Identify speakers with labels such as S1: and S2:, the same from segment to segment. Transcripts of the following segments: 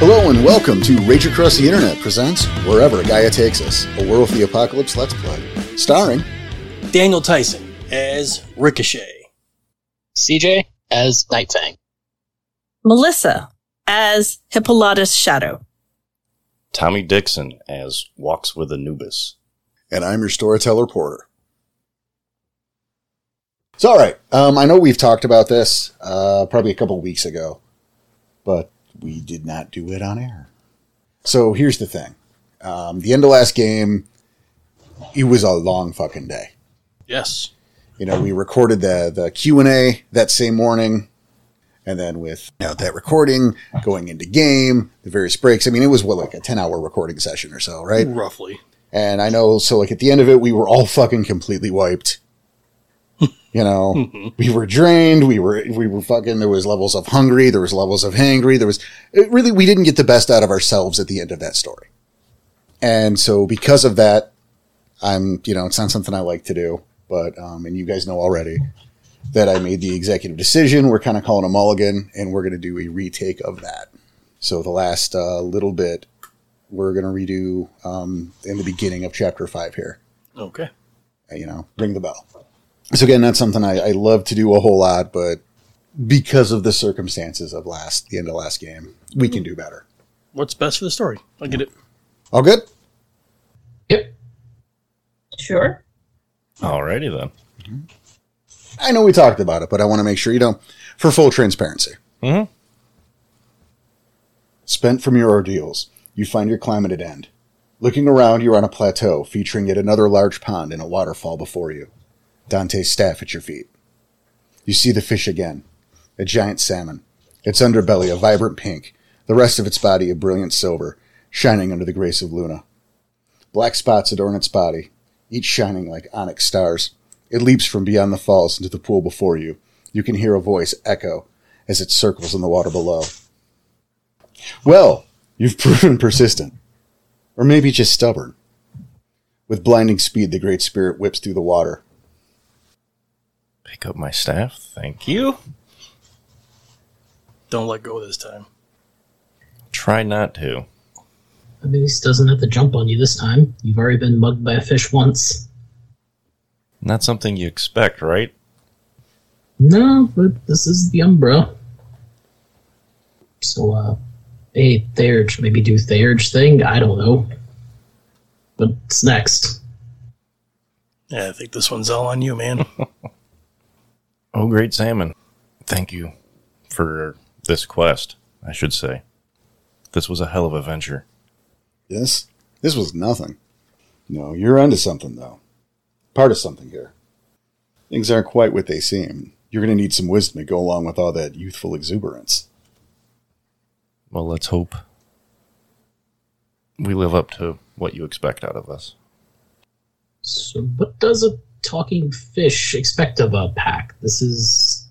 S1: and welcome to Rage Across the Internet presents Wherever Gaia Takes Us, a World of the Apocalypse Let's Play, starring
S2: Daniel Tyson as Ricochet.
S3: CJ as Nightfang.
S4: Melissa as Hippolytus Shadow.
S5: Tommy Dixon as Walks with Anubis.
S1: and I'm your storyteller porter. So, all right, um, I know we've talked about this uh, probably a couple weeks ago, but we did not do it on air. So here's the thing: um, the end of last game, it was a long fucking day.
S2: Yes.
S1: You know, we recorded the the Q and A that same morning, and then with you know, that recording going into game, the various breaks. I mean, it was what like a ten hour recording session or so, right?
S2: Roughly.
S1: And I know, so like at the end of it, we were all fucking completely wiped. You know, we were drained. We were, we were fucking, there was levels of hungry. There was levels of hangry. There was it really, we didn't get the best out of ourselves at the end of that story. And so because of that, I'm, you know, it's not something I like to do, but, um, and you guys know already that I made the executive decision. We're kind of calling a mulligan and we're going to do a retake of that. So the last uh, little bit we're going to redo um, in the beginning of chapter five here.
S2: Okay.
S1: Uh, You know, ring the bell. So again, not something I, I love to do a whole lot, but because of the circumstances of last the end of last game, we can do better.
S2: What's best for the story? I get it.
S1: All good.
S3: Yep.
S4: Sure.
S5: Alrighty then.
S1: I know we talked about it, but I want to make sure you know for full transparency.
S5: Mhm.
S1: Spent from your ordeals, you find your climb at an end. Looking around, you're on a plateau featuring yet another large pond and a waterfall before you. Dante's staff at your feet. You see the fish again, a giant salmon. Its underbelly a vibrant pink, the rest of its body a brilliant silver, shining under the grace of Luna. Black spots adorn its body, each shining like onyx stars. It leaps from beyond the falls into the pool before you. You can hear a voice echo as it circles in the water below. Well, you've proven persistent. Or maybe just stubborn. With blinding speed, the Great Spirit whips through the water.
S5: Pick up my staff. Thank you.
S2: Don't let go this time.
S5: Try not to.
S3: Anubis doesn't have to jump on you this time. You've already been mugged by a fish once.
S5: Not something you expect, right?
S3: No, but this is the Umbra. So, uh, hey, Theurge, maybe do Theurge thing? I don't know. But it's next.
S2: Yeah, I think this one's all on you, man.
S5: Oh, great salmon. Thank you for this quest, I should say. This was a hell of a venture.
S1: This? This was nothing. No, you're onto something, though. Part of something here. Things aren't quite what they seem. You're going to need some wisdom to go along with all that youthful exuberance.
S5: Well, let's hope we live up to what you expect out of us.
S3: So, what does a talking fish expect of a pack? This is.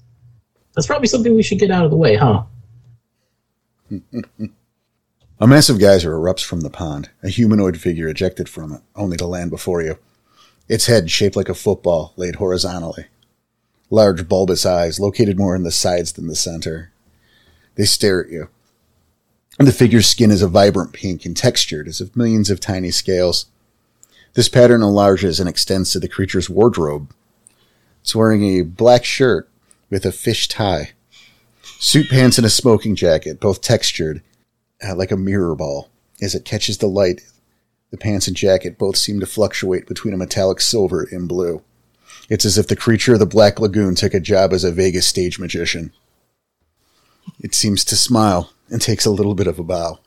S3: That's probably something we should get out of the way, huh?
S1: A massive geyser erupts from the pond, a humanoid figure ejected from it, only to land before you. Its head, shaped like a football, laid horizontally. Large, bulbous eyes, located more in the sides than the center. They stare at you. And the figure's skin is a vibrant pink and textured as if millions of tiny scales. This pattern enlarges and extends to the creature's wardrobe. It's wearing a black shirt with a fish tie, suit pants, and a smoking jacket, both textured uh, like a mirror ball. As it catches the light, the pants and jacket both seem to fluctuate between a metallic silver and blue. It's as if the creature of the Black Lagoon took a job as a Vegas stage magician. It seems to smile and takes a little bit of a bow.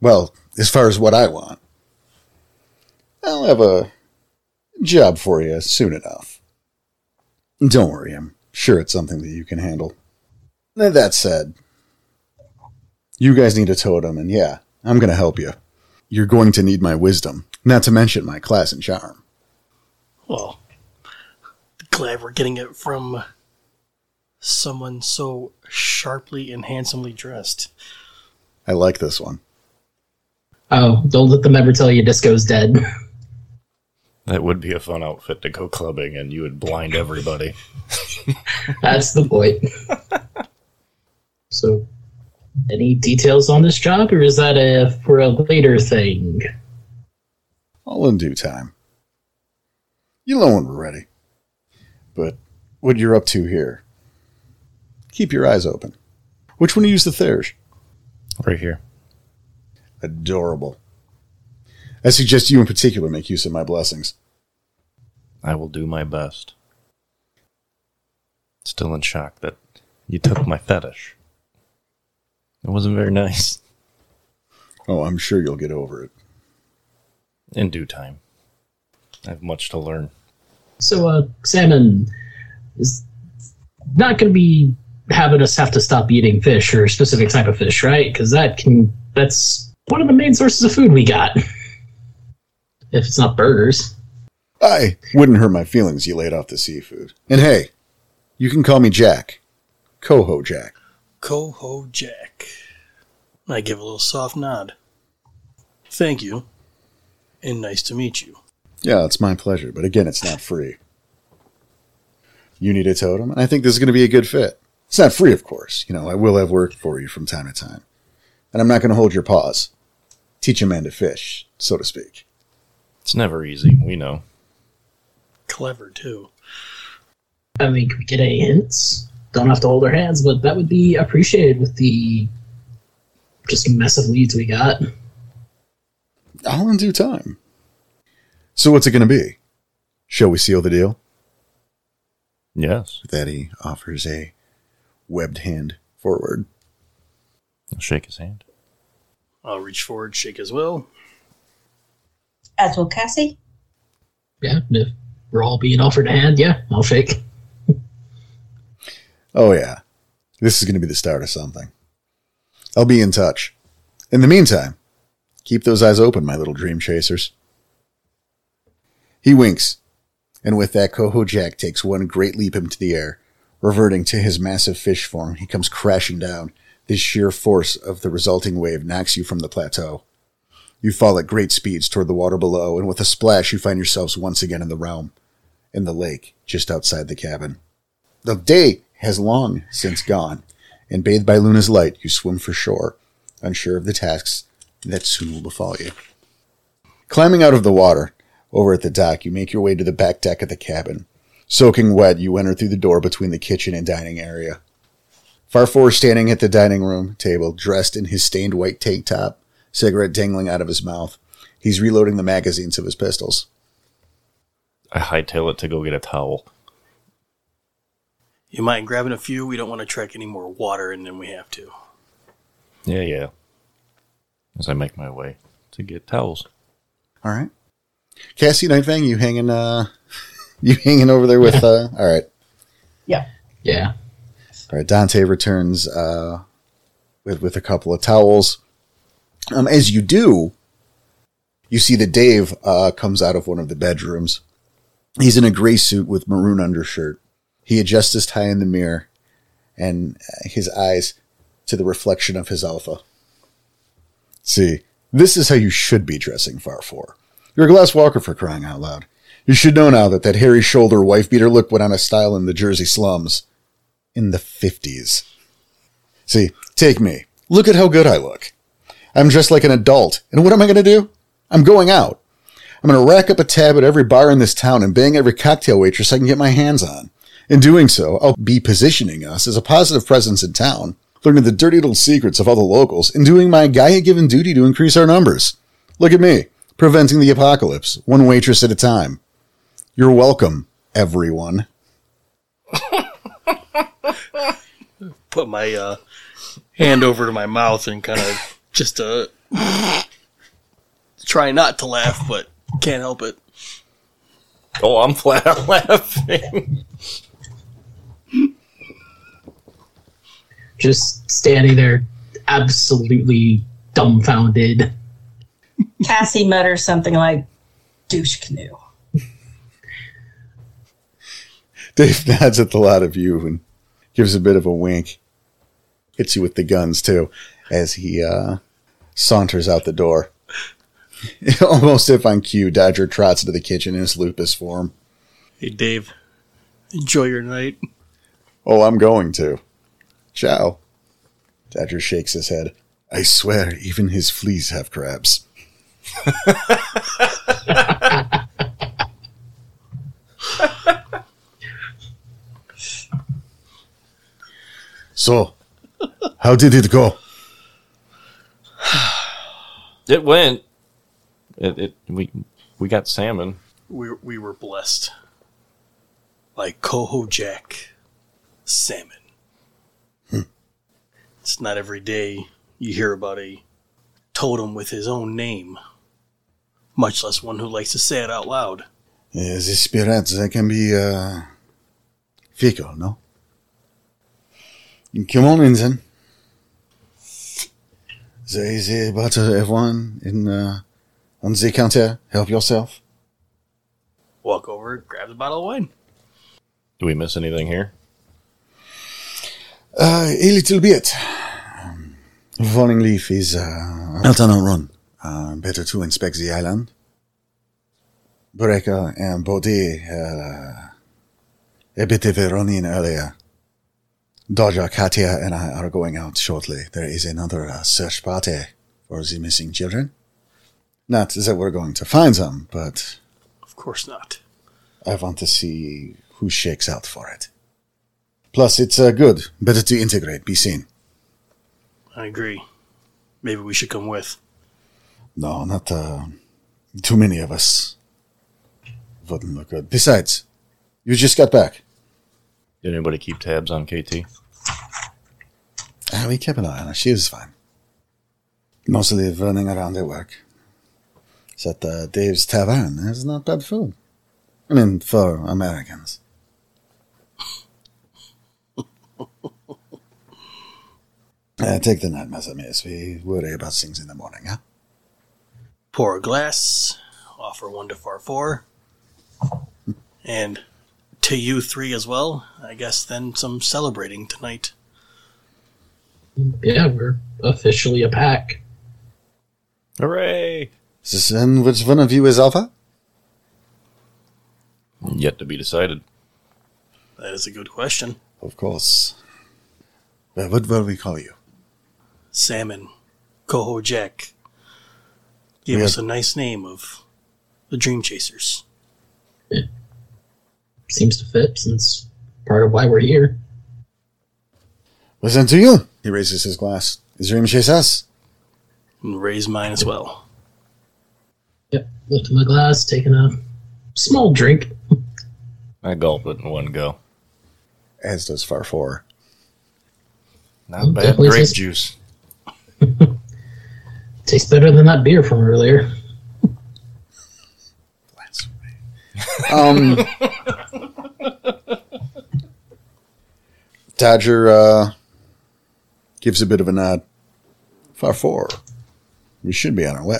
S1: Well, as far as what I want, I'll have a job for you soon enough. Don't worry, I'm sure it's something that you can handle. Now, That said, you guys need a totem, and yeah, I'm going to help you. You're going to need my wisdom, not to mention my class and charm.
S2: well, glad we're getting it from someone so sharply and handsomely dressed.
S1: I like this one.
S3: Oh, don't let them ever tell you Disco's dead.
S5: That would be a fun outfit to go clubbing, and you would blind everybody.
S3: That's the point. so, Any details on this job, or is that a for a later thing?
S1: All in due time. You know when we're ready. But what you're up to here, keep your eyes open. Which one do you use the Therish?
S5: Right here.
S1: Adorable. I suggest you in particular make use of my blessings.
S5: I will do my best. Still in shock that you took my fetish. It wasn't very nice.
S1: Oh, I'm sure you'll get over it.
S5: In due time. I have much to learn.
S3: So, uh, salmon is not going to be having us have to stop eating fish or a specific type of fish, right? Because that can that's one of the main sources of food we got. if it's not burgers,
S1: I wouldn't hurt my feelings you laid off the seafood. And hey, you can call me Jack. Coho Jack.
S2: Coho Jack. I give a little soft nod. Thank you. And nice to meet you.
S1: Yeah, it's my pleasure, but again, it's not free. You need a totem, and I think this is going to be a good fit. It's not free, of course. You know, I will have work for you from time to time. And I'm not going to hold your paws. Teach a man to fish, so to speak.
S5: It's never easy, we know.
S2: Clever, too.
S3: I mean, can we get any hints? Don't have to hold our hands, but that would be appreciated with the just massive leads we got.
S1: All in due time. So, what's it going to be? Shall we seal the deal?
S5: Yes.
S1: With that, he offers a webbed hand forward.
S5: I'll shake his hand.
S2: I'll reach forward, shake as well.
S4: As will Cassie.
S3: Yeah, if we're all being offered a hand, yeah, I'll shake.
S1: Oh, yeah. This is going to be the start of something. I'll be in touch. In the meantime, keep those eyes open, my little dream chasers. He winks, and with that, Coho Jack takes one great leap into the air. Reverting to his massive fish form, he comes crashing down. The sheer force of the resulting wave knocks you from the plateau. You fall at great speeds toward the water below, and with a splash, you find yourselves once again in the realm, in the lake, just outside the cabin. The day has long since gone, and bathed by Luna's light, you swim for shore, unsure of the tasks that soon will befall you. Climbing out of the water, over at the dock, you make your way to the back deck of the cabin. Soaking wet, you enter through the door between the kitchen and dining area. Farfour standing at the dining room table, dressed in his stained white tank top, cigarette dangling out of his mouth. He's reloading the magazines of his pistols.
S5: I hightail it to go get a towel.
S2: You mind grabbing a few? We don't want to trek any more water in than we have to.
S5: Yeah, yeah. As I make my way to get towels.
S1: All right. Cassie Nightfang, you hanging uh you hanging over there with uh all right.
S4: Yeah.
S3: Yeah.
S1: All right, Dante returns uh with with a couple of towels. Um as you do, you see that Dave uh comes out of one of the bedrooms. He's in a gray suit with maroon undershirt. He adjusts his tie in the mirror and uh, his eyes to the reflection of his alpha. See, this is how you should be dressing far for. You're a glass walker for crying out loud. You should know now that that hairy shoulder wife beater look went out of style in the Jersey slums in the 50s. See, take me. Look at how good I look. I'm dressed like an adult. And what am I going to do? I'm going out. I'm going to rack up a tab at every bar in this town and bang every cocktail waitress I can get my hands on. In doing so, I'll be positioning us as a positive presence in town, learning the dirty little secrets of all the locals, and doing my Gaia given duty to increase our numbers. Look at me, preventing the apocalypse, one waitress at a time. You're welcome, everyone.
S2: Put my uh, hand over to my mouth and kind of just uh, try not to laugh, but can't help it.
S5: Oh, I'm flat out laughing.
S3: Just standing there, absolutely dumbfounded.
S4: Cassie mutters something like douche canoe.
S1: Dave nods at the lot of you and gives a bit of a wink. Hits you with the guns too as he uh, saunters out the door. Almost if on cue, Dodger trots into the kitchen in his lupus form.
S2: Hey, Dave, enjoy your night.
S1: Oh, I'm going to. Ciao. Thatcher shakes his head. I swear, even his fleas have crabs. so, how did it go?
S5: It went. It, it we we got salmon.
S2: We, we were blessed by Coho Jack salmon. It's not every day you hear about a totem with his own name, much less one who likes to say it out loud.
S1: Yeah, the spirits they can be uh, fecal, no? Come on in then. There is a bottle, everyone, in, uh, on the counter. Help yourself.
S2: Walk over, grabs a bottle of wine.
S5: Do we miss anything here?
S1: Uh, a little bit. Um, Falling Leaf is uh, out on a run. Uh, better to inspect the island. Breca and Bodhi, uh, a bit of a run in earlier. Dodger, Katia, and I are going out shortly. There is another uh, search party for the missing children. Not that we're going to find them, but
S2: Of course not.
S1: I want to see who shakes out for it. Plus, it's uh, good. Better to integrate, be seen.
S2: I agree. Maybe we should come with.
S1: No, not uh, too many of us. Wouldn't look good. Besides, you just got back.
S5: Did anybody keep tabs on KT?
S1: Ah, we kept an eye on her. She was fine. Mostly running around at work. It's at uh, Dave's Tavern. There's not bad food. I mean, for Americans. uh, take the night, Mazamis. We worry about things in the morning, huh?
S2: Pour a glass, offer one to Far Four, and to you three as well. I guess then some celebrating tonight.
S3: Yeah, we're officially a pack.
S5: Hooray!
S1: Is this then which one of you is Alpha?
S5: Yet to be decided.
S2: That is a good question.
S1: Of course. Well, what will we call you?
S2: Salmon, Coho Jack, gave
S1: Yeah.
S2: us a nice name of the Dream Chasers.
S3: Seems to fit since part of why we're here.
S1: Listen to you. He raises his glass. Is Dream Chase us?
S2: And raise mine as well.
S3: Yep, lifting the glass, taking a small drink.
S5: I gulp it in one go.
S1: As does Far Four.
S5: Not bad
S3: Definitely
S5: grape
S3: tastes-
S5: juice.
S3: Tastes better than that beer from earlier.
S1: Um, Dodger uh, gives a bit of a nod. Far four. We should be on our way.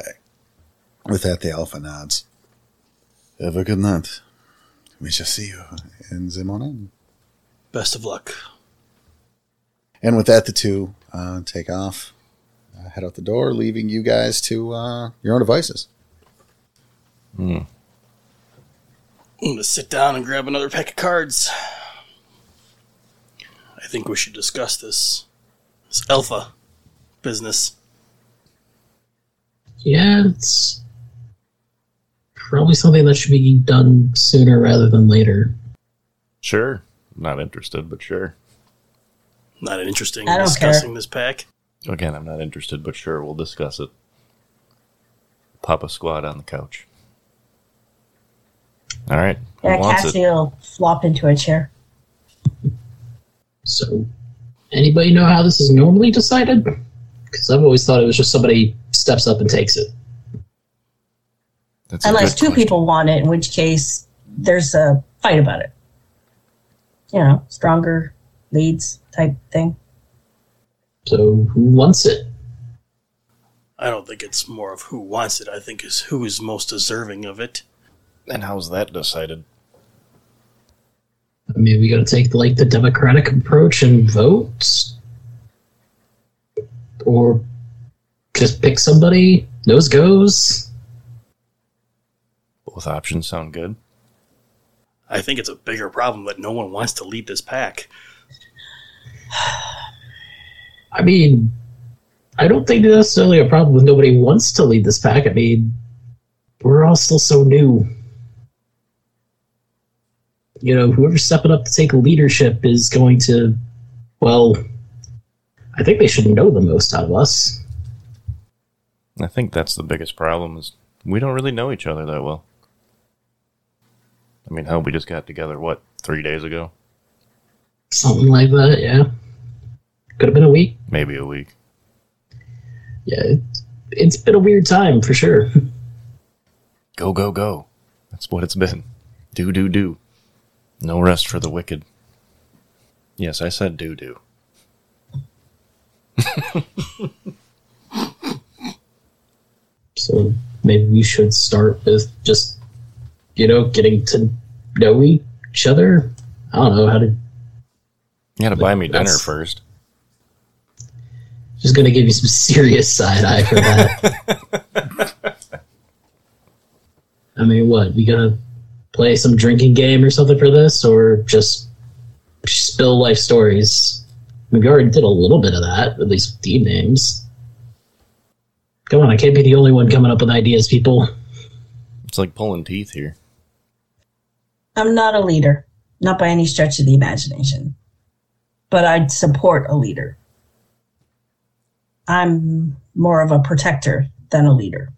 S1: With that, the alpha nods. Have a good night. We shall see you in the morning.
S2: Best of luck.
S1: And with that, the two uh, take off, uh, head out the door, leaving you guys to uh, your own devices.
S2: I'm gonna sit down and grab another pack of cards. I think we should discuss this this alpha business.
S3: Yeah, it's probably something that should be done sooner rather than later.
S5: Sure. Not interested, but sure.
S2: Not interesting
S4: I
S2: in
S4: don't
S2: discussing this pack.
S5: Again, I'm not interested, but sure, we'll discuss it. Papa squad on the couch. All right. Who
S4: Yeah,
S5: wants
S4: Cassie
S5: it?
S4: will flop into a chair.
S3: So, anybody know how this is normally decided? Because I've always thought it was just somebody steps up and takes it.
S5: That's a
S4: Unless
S5: good
S4: two
S5: question.
S4: people want it, in which case there's a fight about it. You know, stronger leads type thing.
S3: So, who wants it?
S2: I don't think it's more of who wants it. I think is who is most deserving of it.
S5: And how's that decided?
S3: I mean, we got to take like the democratic approach and vote, or just pick somebody. Nose goes.
S5: Both options sound good.
S2: I think it's a bigger problem that no one wants to lead this pack.
S3: I mean, I don't think there's necessarily a problem with nobody wants to lead this pack. I mean, we're all still so new. You know, whoever's stepping up to take leadership is going to, well, I think they should know the most out of us.
S5: I think that's the biggest problem is we don't really know each other that well. I mean, hell, we just got together what three days ago,
S3: Something like that, yeah. Could have been a week.
S5: maybe a week.
S3: Yeah, it, it's been a weird time for sure.
S5: Go go go. That's what it's been. Do do do. No rest for the wicked. Yes, I said do do.
S3: So maybe we should start with just, you know, getting to know each other. I don't know how to.
S5: You gotta buy me dinner
S3: That's-
S5: first.
S3: Just gonna give you some serious side eye for that. I mean, what we gonna play some drinking game or something for this, or just spill life stories? I mean, we already did a little bit of that, at least with team names. Come on, I can't be the only one coming up with ideas, people.
S5: It's like pulling teeth here.
S4: I'm not a leader, not by any stretch of the imagination, but I'd support a leader. I'm more of a protector than a leader.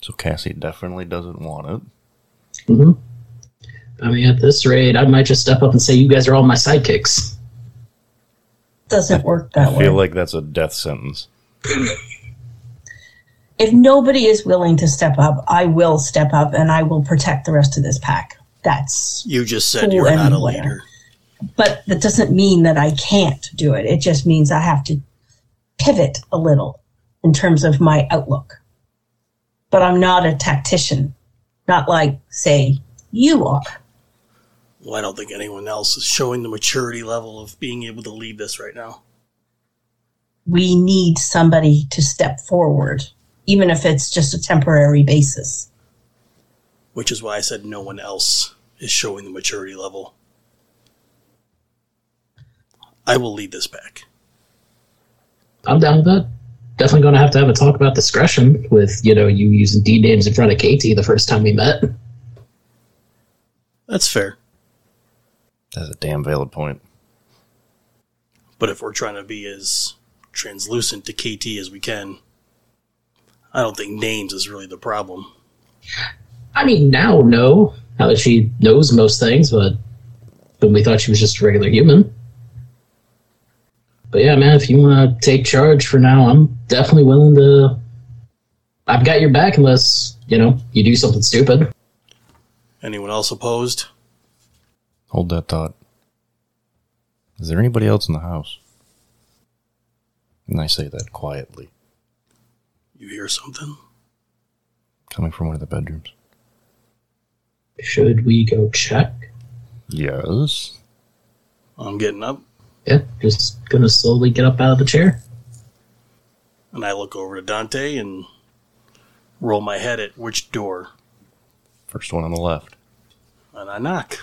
S5: So Cassie definitely doesn't want it.
S3: hmm Mm-hmm. I mean, at this rate, I might just step up and say, "You guys are all my sidekicks."
S4: Doesn't work that
S5: I
S4: way.
S5: feel like that's a death sentence.
S4: if nobody is willing to step up, I will step up and I will protect the rest of this pack. That's,
S2: You just said
S4: Cool
S2: you're not a
S4: anywhere.
S2: leader.
S4: but that doesn't mean that I can't do it. It just means I have to pivot a little in terms of my outlook. But I'm not a tactician, not like, say, you are.
S2: Well, I don't think anyone else is showing the maturity level of being able to lead this right now.
S4: we need somebody to step forward, even if it's just a temporary basis.
S2: Which is why I said no one else is showing the maturity level. I will lead this back.
S3: I'm down with that. Definitely going to have to have a talk about discretion with you know you using D names in front of Katie the first time we met.
S2: That's fair.
S5: That's a damn valid point.
S2: But if we're trying to be as translucent to KT as we can, I don't think names is really the problem.
S3: I mean, now no, now that she knows most things, but when we thought she was just a regular human. But yeah, man, if you want to take charge for now, I'm definitely willing to. I've got your back unless you know you do something stupid.
S2: Anyone else opposed?
S5: Hold that thought. Is there anybody else in the house? And I say that quietly,
S2: You hear something?
S5: coming from one of the bedrooms.
S3: Should we go check?
S5: Yes.
S2: I'm getting up
S3: Yeah, just gonna slowly get up out of the chair.
S2: and I look over to Dante and roll my head at which door,
S5: First one on the left.
S2: and I knock.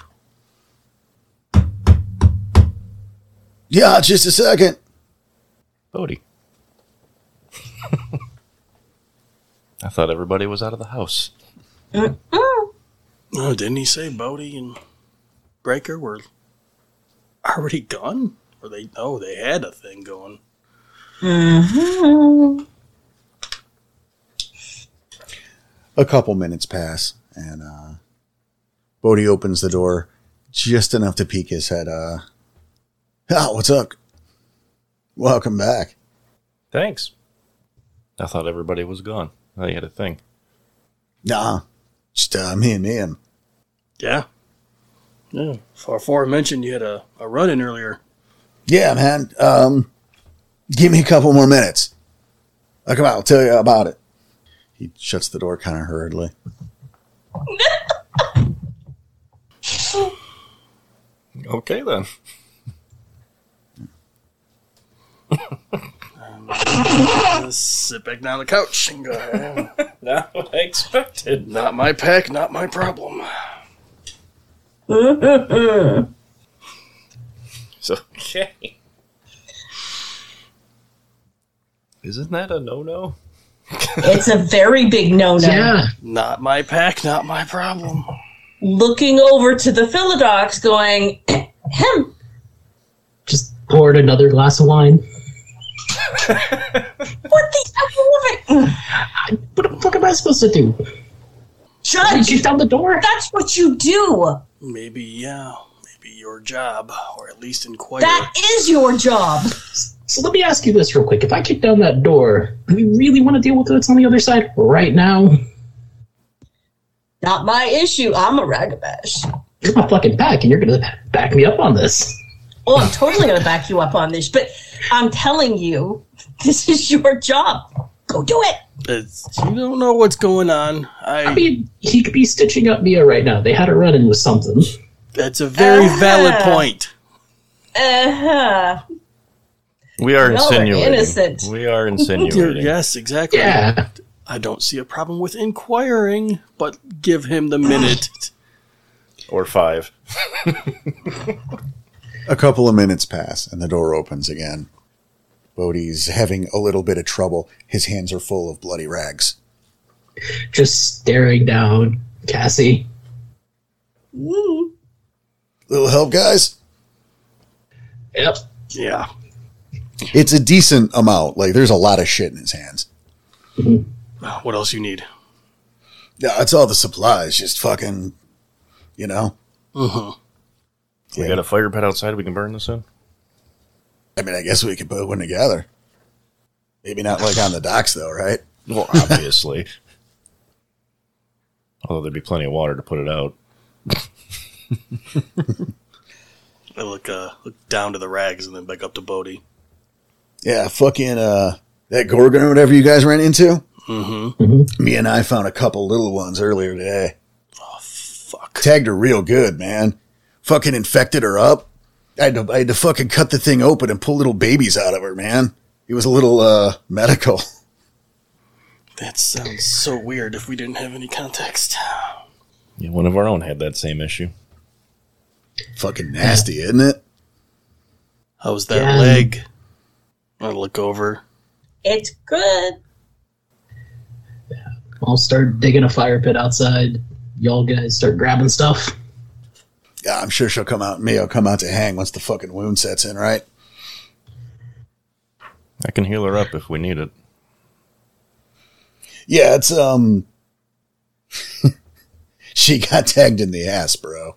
S1: Yeah, just a second.
S5: Bodie. I thought everybody was out of the house.
S4: Mm-mm.
S2: Oh, didn't he say Bodie and Breaker were already gone? Or they? Oh, they had a thing going.
S4: Mhm.
S1: A couple minutes pass, and uh, Bodhi opens the door just enough to peek his head. Uh, oh, what's up? Welcome back.
S5: Thanks. I thought everybody was gone. I thought you had a thing.
S1: Nah, just uh, me and me and
S2: Yeah. Yeah. Far four mentioned you had a, a run in earlier.
S1: yeah, man. Um, give me a couple more minutes. I'll come out. I'll tell you about it. He shuts the door kind of hurriedly.
S5: Okay then.
S2: Let's sit back down on the couch and go. "Eh,
S5: Not what I expected.
S2: not my pack, not my problem.
S5: It's okay. Isn't that a no-no?
S4: It's a very big no no.
S3: Yeah.
S2: Not my pack, not my problem.
S4: Looking over to the Philodox, going, him.
S3: Just poured another glass of wine.
S4: What the hell are you moving?
S3: What the fuck am I supposed to do? I
S4: Judge,
S3: kick down the door?
S4: that's what you do.
S2: Maybe, yeah, maybe your job, or at least inquire.
S4: That is your job.
S3: So let me ask you this real quick. If I kick down that door, do we really want to deal with what's on the other side right now?
S4: Not my issue. I'm a ragabash.
S3: You're my fucking pack, and you're gonna back me up on this.
S4: Oh, I'm totally going to back you up on this, but I'm telling you, this is your job. Go do it.
S2: It's- you don't know what's going on. I,
S3: I mean, he could be stitching up Mia right now. They had a run in with something.
S2: that's a very valid
S4: Ah.
S2: point.
S4: Uh huh.
S5: We are
S4: No, we're
S5: insinuating.
S4: innocent.
S5: We are
S2: You're-
S5: insinuating.
S2: yes, exactly.
S3: Yeah.
S2: I don't see a problem with inquiring, but give him the minute.
S5: Or five.
S1: A couple of minutes pass and the door opens again. Bodhi's having a little bit of trouble. His hands are full of bloody rags.
S3: Just staring down Cassie.
S1: Little help, guys?
S3: Yep.
S2: yeah.
S1: It's a decent amount. Like, there's a lot of shit in his hands.
S2: Ah, What else you need?
S1: Yeah, it's all the supplies, just fucking, you know?
S2: Mhm.
S5: We
S1: Yeah.
S5: got a fire pit outside. We can burn this in.
S1: I mean, I guess we could put one together. Maybe not like on the docks, though, right?
S5: Well, obviously. Although there'd be plenty of water to put it out.
S2: I look uh, look down to the rags and then back up to Bodhi.
S1: Yeah, fucking, uh, that Gorgon or whatever you guys ran into?
S2: Mm-hmm.
S1: Me and I found a couple little ones earlier today.
S2: Oh, Fuck.
S1: tagged her real good, man. Fucking infected her up. I had, to, I had to fucking cut the thing open and pull little babies out of her, man. It was a little uh, medical.
S2: That sounds so weird if we didn't have any context.
S5: Yeah, one of our own had that same issue.
S1: Fucking nasty, isn't it?
S2: How's that
S3: Yeah.
S2: leg? I look over.
S4: It's good.
S3: I'll start digging a fire pit outside. Y'all guys start grabbing stuff.
S1: Yeah, I'm sure she'll come out. Mayo come out to hang once the fucking wound sets in, right?
S5: I can heal her up if we need it.
S1: Yeah, it's um. she got tagged in the ass, bro.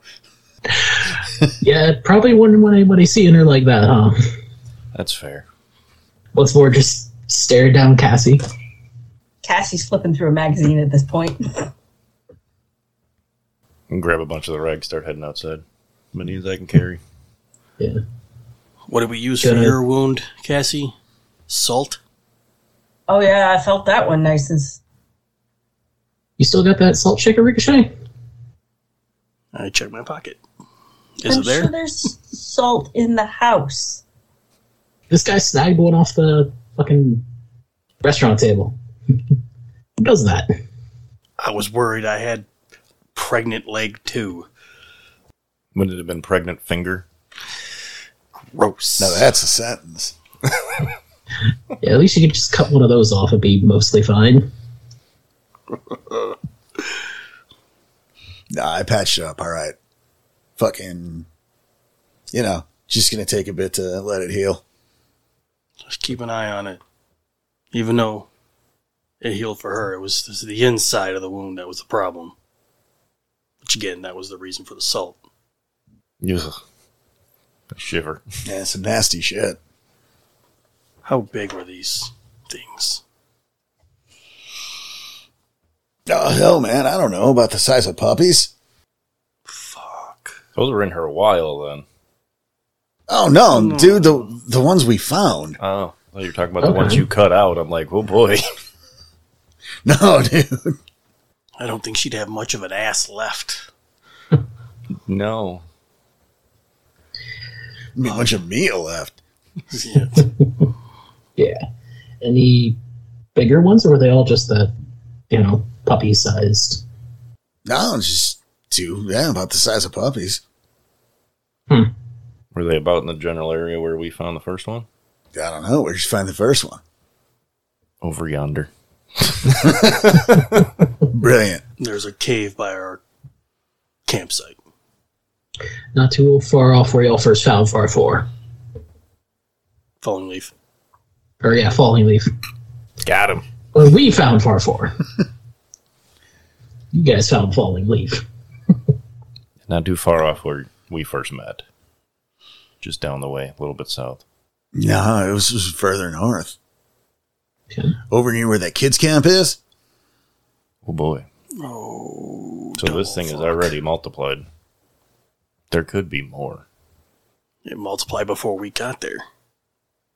S3: Yeah, probably wouldn't want anybody seeing her like that, huh?
S5: That's fair.
S3: What's more, just stare down Cassie.
S4: Cassie's flipping through a magazine at this point.
S5: And grab a bunch of the rags, start heading outside. Many as I can carry.
S3: Yeah.
S2: What did we use
S3: Go
S2: for
S3: ahead.
S2: your wound, Cassie? Salt?
S4: Oh yeah, I felt that one nice and s-
S3: You still got that salt shaker ricochet?
S2: I check my pocket. Is
S4: I'm
S2: it there?
S4: Sure there's salt in the house.
S3: This guy snagged one off the fucking restaurant table. Who does that?
S2: I was worried I had pregnant leg too.
S5: Would it have been pregnant finger?
S2: Gross.
S1: Now that's a sentence.
S3: Yeah, at least you could just cut one of those off and be mostly fine.
S1: Nah, I patched it up. All right. Fucking. You know, just gonna take a bit to let it heal.
S2: Just keep an eye on it. Even though it healed for her, it was, it was the inside of the wound that was the problem. Which again, that was the reason for the salt.
S5: Ugh. I shiver.
S1: Yeah, some nasty shit.
S2: How big were these things?
S1: Oh hell, man! I don't know about the size of puppies.
S2: Fuck.
S5: Those were in her a while then.
S1: Oh no, dude! The the ones we found.
S5: Oh. Well, you're talking about the
S3: Okay.
S5: ones you cut out. I'm like, oh boy.
S1: No, dude.
S2: I don't think she'd have much of an ass left.
S5: no.
S1: Be a bunch of meal left.
S2: Yeah.
S3: Yeah. Any bigger ones, or were they all just the, you know, puppy sized?
S1: No, it's just two. Yeah, about the size of puppies.
S5: Were they about in the general area where we found the first one?
S1: I don't know. Where'd you find the first one?
S5: over yonder.
S1: Brilliant.
S2: There's a cave by our campsite.
S3: Not too far off where y'all first found Far Four.
S2: Falling leaf.
S3: Or yeah, Falling Leaf.
S5: Got him.
S3: Where we found Far Four. you guys found Falling Leaf.
S5: Not too far off where we first met. Just down the way, a little bit south.
S1: No, it was, it was further north.
S3: Okay.
S1: Over near where that kids' camp is?
S5: Oh boy.
S2: Oh.
S5: So this thing is already multiplied. There could be more.
S2: It multiplied before we got there.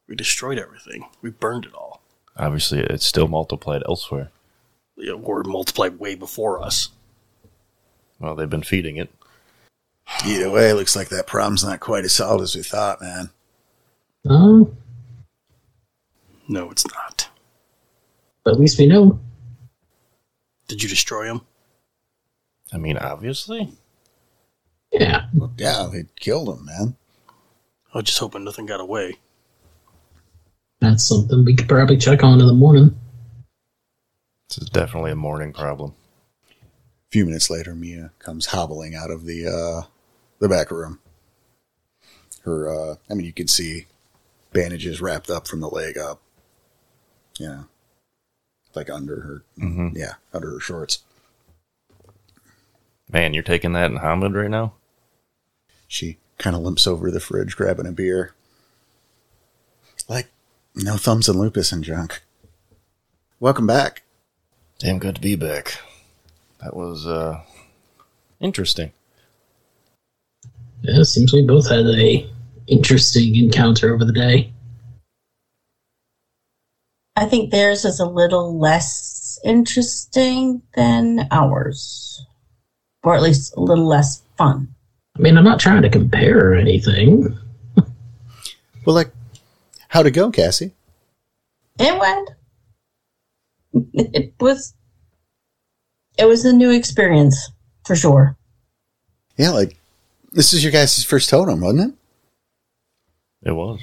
S2: We destroyed everything. We burned it all.
S5: Obviously, it's still multiplied elsewhere.
S2: The word multiplied way before us.
S5: Well, they've been feeding it.
S1: Either way, looks like that problem's not quite as solved as we thought, man.
S3: Oh,
S2: No, it's not.
S3: but at least we know.
S2: Did you destroy him?
S5: I mean, obviously.
S3: Yeah.
S1: Yeah, they killed him, man.
S2: I was just hoping nothing got away.
S3: That's something we could probably check on in the morning.
S5: This is definitely a morning problem.
S1: A few minutes later, Mia comes hobbling out of the uh, the back room. Her, uh, I mean, you can see bandages wrapped up from the leg up. Yeah, like under her,
S5: Mm-hmm.
S1: yeah, under her shorts.
S5: Man, you're taking that in Hamid right now?
S1: She kind of limps over to the fridge, grabbing a beer. Like, no thumbs and lupus and junk. Welcome back.
S5: Damn good to be back. That was, uh, interesting.
S3: Yeah, seems we both had a interesting encounter over the day.
S4: I think theirs is a little less interesting than ours, or at least a little less fun.
S3: I mean, I'm not trying to compare or anything.
S1: Well, like, how'd it go, Cassie?
S4: It went. It was. It was a new experience for sure.
S1: Yeah, like, this is your guys' first totem, wasn't it?
S5: It was.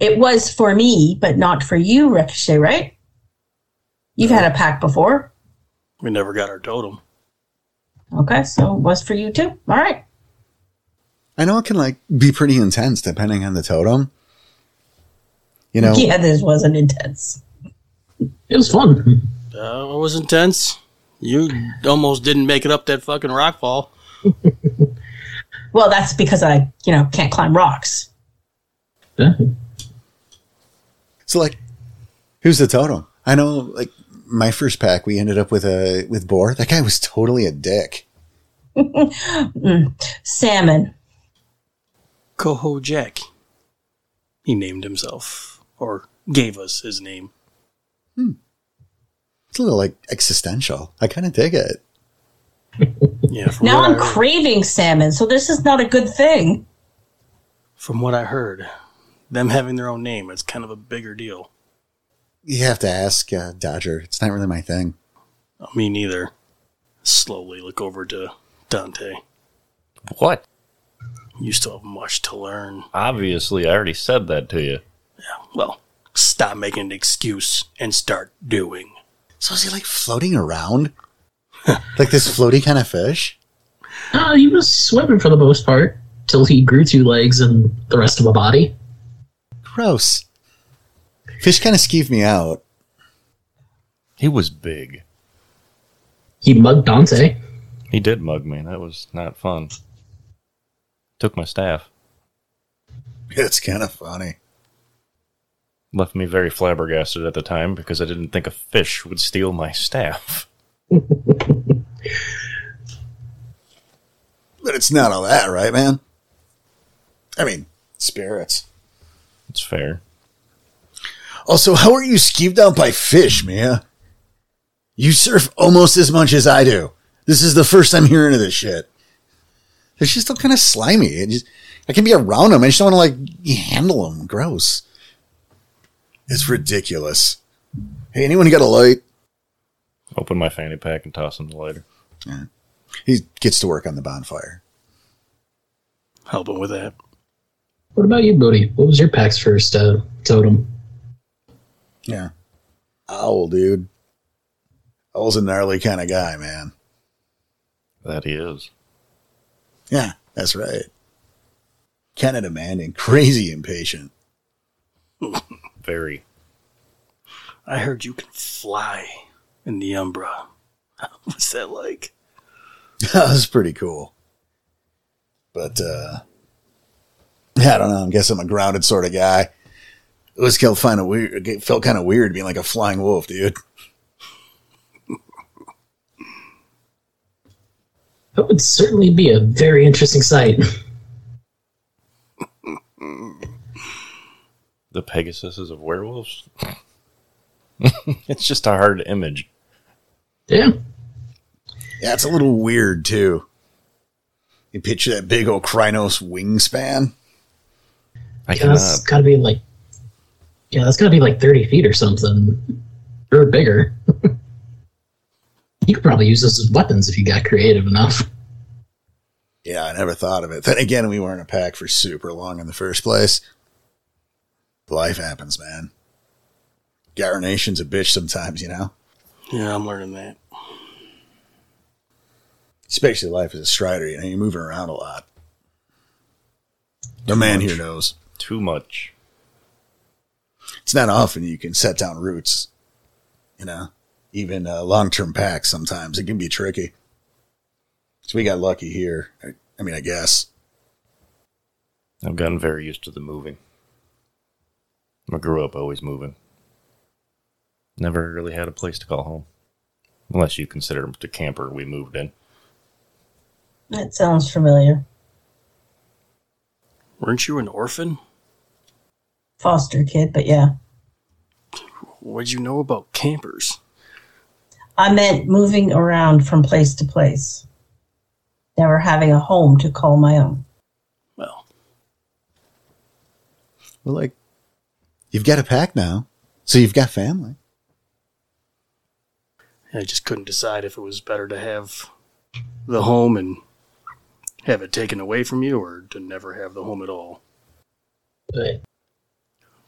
S4: It was for me, but not for you, Ricochet. Right? You've had a pack before.
S2: We never got our totem.
S4: Okay, so it was for you too. All right.
S1: I know it can, like, be pretty intense depending on the totem. You know,
S4: Yeah, this wasn't intense.
S3: It was fun.
S2: Uh, it was intense. You almost didn't make it up that fucking rockfall.
S4: Well, that's because I, you know, can't climb rocks.
S3: Yeah.
S1: so like, who's the totem? I know, like, my first pack, we ended up with a with boar. That guy was totally a dick.
S4: Mm. Salmon.
S2: Coho Jack. He named himself, or gave us his name.
S1: It's a little like existential. I kind of dig it.
S2: Yeah. From
S4: Now
S2: what
S4: I'm
S2: I heard-
S4: craving salmon, so this is not a good thing.
S2: From what I heard, them having their own name is kind of a bigger deal.
S1: You have to ask uh, Dodger. It's not really my thing.
S2: Uh, Me neither. Slowly look over to Dante.
S5: What?
S2: You still have much to learn.
S5: Obviously, I already said that to you.
S2: Well, stop making an excuse and start doing.
S1: So is he like floating around, like this floaty kind of fish?
S3: Uh, he was swimming for the most part till he grew two legs and the rest of a body.
S1: Gross. Fish kind of skeeve me out.
S5: He was big.
S3: He mugged Dante.
S5: He did mug me. That was not fun. Took my staff.
S1: It's kind of funny.
S5: Left me very flabbergasted at the time because I didn't think a fish would steal my staff.
S1: But it's not all that, right, man? I mean, spirits.
S5: It's fair.
S1: Also, how are you skeeved out by fish, Mia? You surf almost as much as I do. This is the first time hearing of this shit. They're just still kind of slimy. It just, I can be around them. I just don't want to like handle them. Gross. It's ridiculous. Hey, anyone got a light?
S5: Open my fanny pack and toss him the lighter.
S1: He gets to work on the bonfire.
S2: Helping with that.
S3: What about you, Bodhi? What was your pack's first uh, totem?
S1: Yeah. Owl, dude. Owl's a gnarly kind of guy, man.
S5: That he is.
S1: Yeah, that's right. Kind of demanding, crazy impatient.
S5: Very.
S2: I heard you can fly in the Umbra. What's that like?
S1: that was pretty cool. But uh yeah, I don't know. I guess I'm a grounded sort of guy. It was felt kind of weird. It felt kind of weird being like a flying wolf, dude.
S3: That would certainly be a very interesting sight.
S5: The Pegasuses of werewolves? it's just a hard image.
S3: yeah.
S1: Yeah, it's a little weird too. You picture that big old Krynos wingspan.
S5: I
S3: Yeah, that's
S5: cannot.
S3: gotta be like Yeah, that's gotta be like thirty feet or something. Or bigger. you could probably use those as weapons if you got creative enough.
S1: Yeah, I never thought of it. Then again, we weren't a pack for super long in the first place. Life happens, man. Garnation's a bitch sometimes, you know.
S2: Yeah, I'm learning that.
S1: especially life as a strider. You know, you're moving around a lot. The man here knows
S5: Too much.
S1: it's not often you can set down roots. You know, even uh, long-term packs sometimes it can be tricky. So we got lucky here. I, I mean, I guess.
S5: I've gotten very used to the moving. I grew up always moving. Never really had a place to call home. Unless you consider the camper we moved in.
S4: That sounds familiar.
S2: Weren't you an orphan?
S4: Foster kid, but yeah.
S2: What'd you know about campers?
S4: I meant moving around from place to place, never having a home to call my own.
S2: Well,
S1: Well, like, you've got a pack now, so you've got family.
S2: I just couldn't decide if it was better to have the home and have it taken away from you or to never have the home at all.
S3: But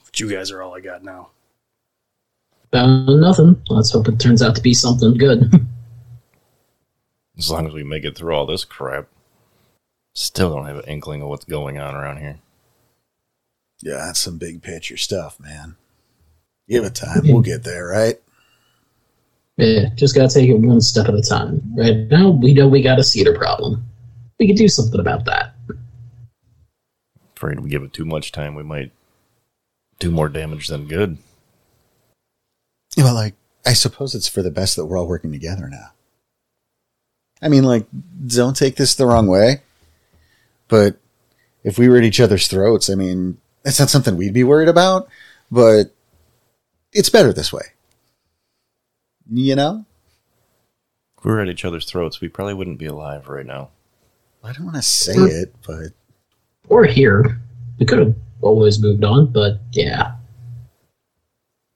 S2: But you guys are all I got now.
S3: uh, nothing. Let's hope it turns out to be something good.
S5: As long as we make it through all this crap. Still don't have an inkling of what's going on around here.
S1: Yeah, that's some big picture stuff, man. Give it time. We'll get there, right?
S3: Yeah, just gotta take it one step at a time. Right now, we know we got a cedar problem. We could do something about that.
S5: Afraid we give it too much time, we might do more damage than good.
S1: Yeah, Well, like, I suppose it's for the best that we're all working together now. I mean, like, don't take this the wrong way, but if we were at each other's throats, I mean, that's not something we'd be worried about, but it's better this way. You know?
S5: If we were at each other's throats, we probably wouldn't be alive right now.
S1: I don't want to say it, but
S3: Or here. We could have always moved on, but yeah.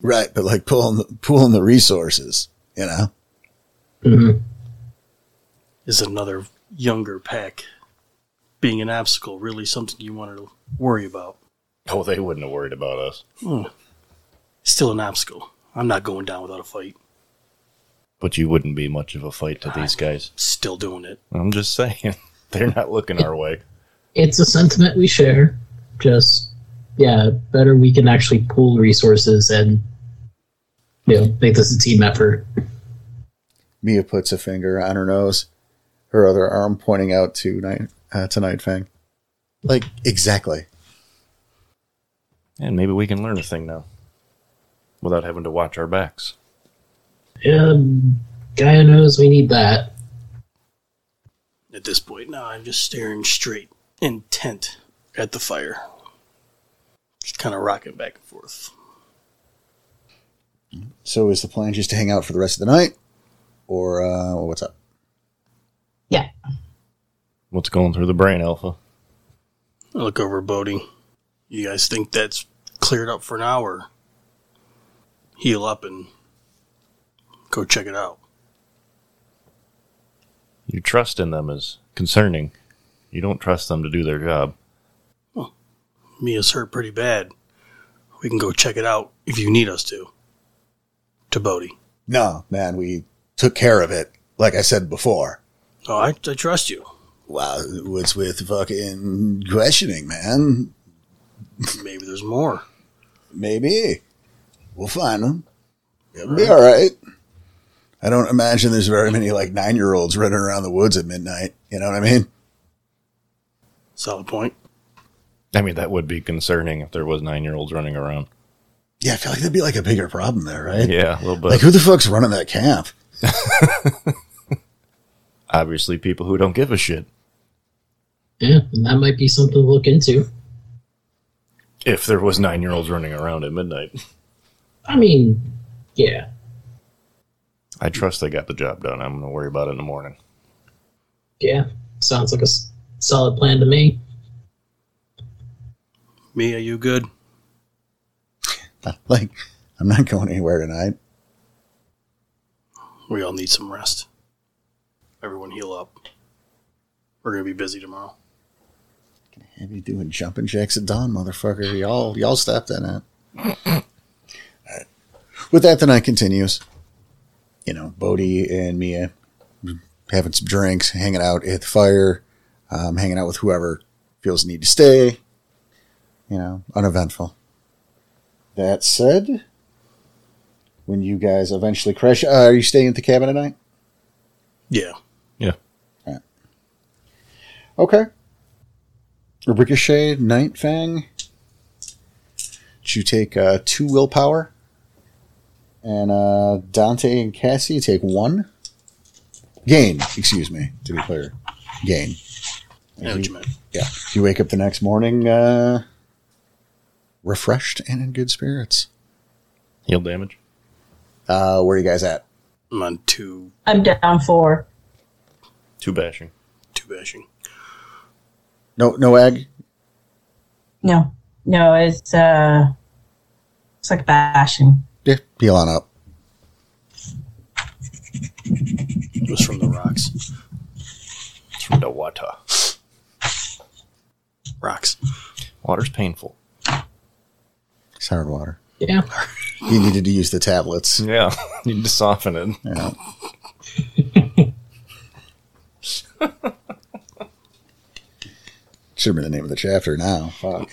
S1: right, but like pulling the, pooling the resources, you know?
S3: hmm
S2: Is another younger pack being an obstacle really something you wanted to worry about?
S5: Oh, they wouldn't have worried about us.
S2: Hmm. Still an obstacle. I'm not going down without a fight.
S5: But you wouldn't be much of a fight to these guys.
S2: Still doing it.
S5: I'm just saying. They're not looking our way.
S3: It's a sentiment we share. Just, yeah, better we can actually pool resources and, you know, make this a team effort.
S1: Mia puts a finger on her nose, her other arm pointing out to Night, uh, to Night Fang. Like, exactly.
S5: And maybe we can learn a thing now. Without having to watch our backs.
S3: Yeah, Um, Gaia knows we need that.
S2: At this point, now I'm just staring straight, intent at the fire. Just kind of rocking back and forth.
S1: So is the plan just to hang out for the rest of the night, or uh, what's up?
S4: Yeah.
S5: What's going through the brain, Alpha?
S2: I look over Bodie. You guys think that's cleared up for an hour? Heal up and go check it out.
S5: Your trust in them is concerning. You don't trust them to do their job.
S2: Mia's hurt pretty bad. We can go check it out if you need us to. to Bodie.
S1: No, man, we took care of it. Like I said before.
S2: Oh, I, I trust you.
S1: Wow, what's with fucking questioning, man?
S2: Maybe there's more.
S1: Maybe. We'll find them. It'll be all right. I don't imagine there's very many like nine year olds running around the woods at midnight. You know what I mean?
S2: Solid point.
S5: I mean, that would be concerning if there was nine year olds running around.
S1: Yeah, I feel like there'd be like a bigger problem there, right?
S5: Yeah, a little bit.
S1: Like who the fuck's running that camp?
S5: Obviously, people who don't give a shit.
S3: Yeah, and that might be something to look into.
S5: If there was nine year olds running around at midnight,
S3: I mean, yeah.
S5: I trust they got the job done. I'm going to worry about it in the morning.
S3: Yeah, sounds like a s- solid plan to me.
S2: Mia, you good?
S1: Like, I'm not going anywhere tonight.
S2: We all need some rest. Everyone heal up. We're gonna be busy tomorrow.
S1: Have you doing jumping jacks at dawn, motherfucker? Y'all, y'all stop that now. With that, the night continues. You know, Bodhi and Mia having some drinks, hanging out at the fire, um, hanging out with whoever feels the need to stay. You know, uneventful. That said, when you guys eventually crash, uh, are you staying at the cabin tonight?
S2: Yeah.
S1: Okay. Ricochet, Night Fang. Did you take uh, two willpower? And uh, Dante and Cassie take one. Gain, excuse me, to be clear. Gain.
S2: I know what you meant.
S1: Yeah. You wake up the next morning uh, refreshed and in good spirits.
S5: Heal damage.
S1: Uh, where are you guys at?
S2: I'm on two
S4: I'm down for
S5: Two bashing.
S2: two bashing.
S1: No, no egg.
S4: no, no. It's uh, it's like bashing.
S1: Yeah, peel on up.
S2: It was from the rocks.
S5: It's from the water.
S2: Rocks.
S5: Water's painful.
S1: Sour water.
S3: Yeah,
S1: You needed to use the tablets.
S5: Yeah, you need to soften it.
S1: Yeah. Should be the name of the chapter now. Fuck.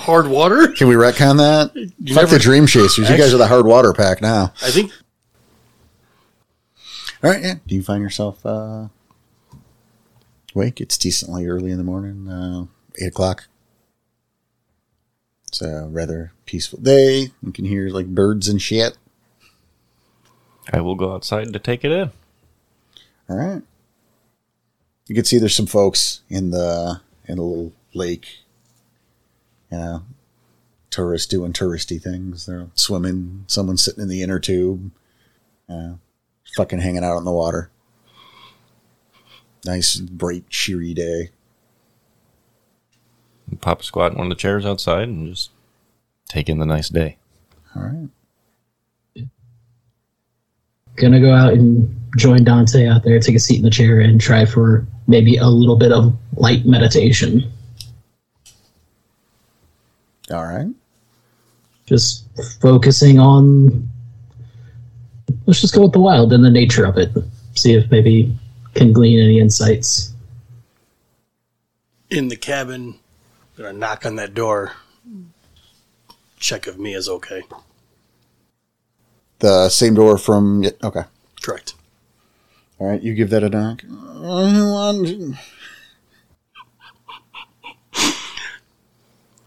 S2: Hard water?
S1: Can we retcon that? Fuck
S2: never-
S1: the Dream Chasers. you guys are the hard water pack now.
S2: I think
S1: All right. Yeah. Do you find yourself uh, awake? It's decently early in the morning, uh, eight o'clock. It's a rather peaceful day. You can hear like birds and shit.
S5: I will go outside to take it in.
S1: All right. You can see there's some folks in the in the little lake. You know, tourists doing touristy things. They're swimming. Someone's sitting in the inner tube. You know, fucking hanging out in the water. Nice, bright, cheery day.
S5: Pop a squat in one of the chairs outside and just take in the nice day.
S1: All right.
S3: gonna go out and join Dante out there, take a seat in the chair, and try for maybe a little bit of light meditation.
S1: All right.
S3: Just focusing on. Let's just go with the wild and the nature of it. See if maybe can glean any insights.
S2: in the cabin, I'm gonna knock on that door. Check if Mia's okay.
S1: The same door from. yeah, Okay.
S2: Correct.
S1: All right. You give that a knock.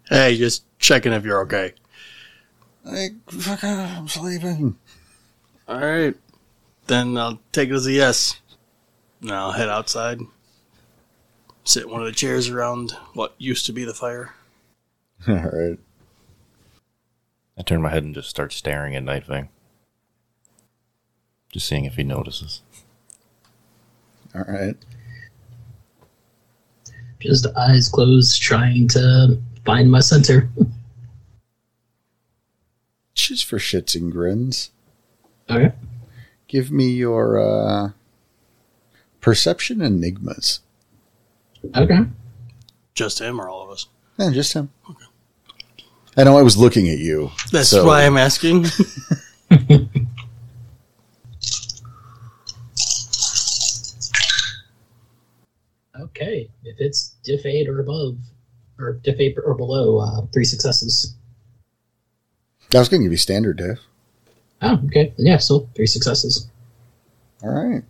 S2: Hey, just checking if you're okay.
S1: Like, fuck, I'm sleeping.
S2: All right. Then I'll take it as a yes. Now I'll head outside. Sit in one of the chairs around what used to be the fire.
S1: All right.
S5: I turn my head and just start staring at Night Vang. Just seeing if he notices.
S1: All right.
S3: Just eyes closed, trying to find my center.
S1: Just for shits and grins.
S3: Okay.
S1: Give me your uh, perception enigmas.
S3: Okay.
S2: Just him or all of us?
S1: Yeah, just him. I know I was looking at you.
S2: That's
S1: So-
S2: why I'm asking.
S3: Okay, if it's diff eight or above, or diff eight or below, uh, three successes.
S1: I was going to give you standard, Dave.
S3: Oh, okay. Yeah, so three successes.
S1: All right.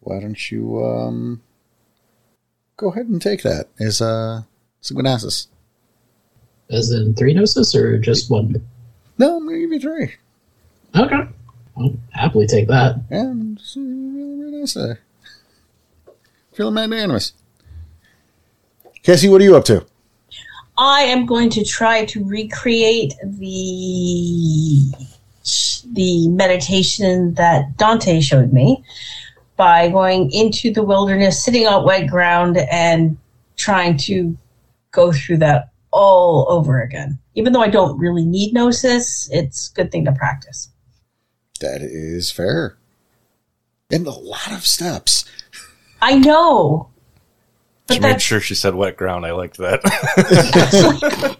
S1: Why don't you um, go ahead and take that as uh, Sigmanassus?
S3: As in three gnosis or just one?
S1: No, I'm going to give you three.
S3: Okay. I'll happily take that.
S1: And uh, see really nice there. Feeling magnanimous. Cassie, what are you up to?
S4: I am going to try to recreate the the meditation that Dante showed me by going into the wilderness, sitting on wet ground, and trying to go through that all over again. Even though I don't really need gnosis, it's a good thing to practice.
S1: That is fair. And a lot of steps.
S4: I know, but
S5: She made
S4: that's
S5: sure she said wet ground. I liked that.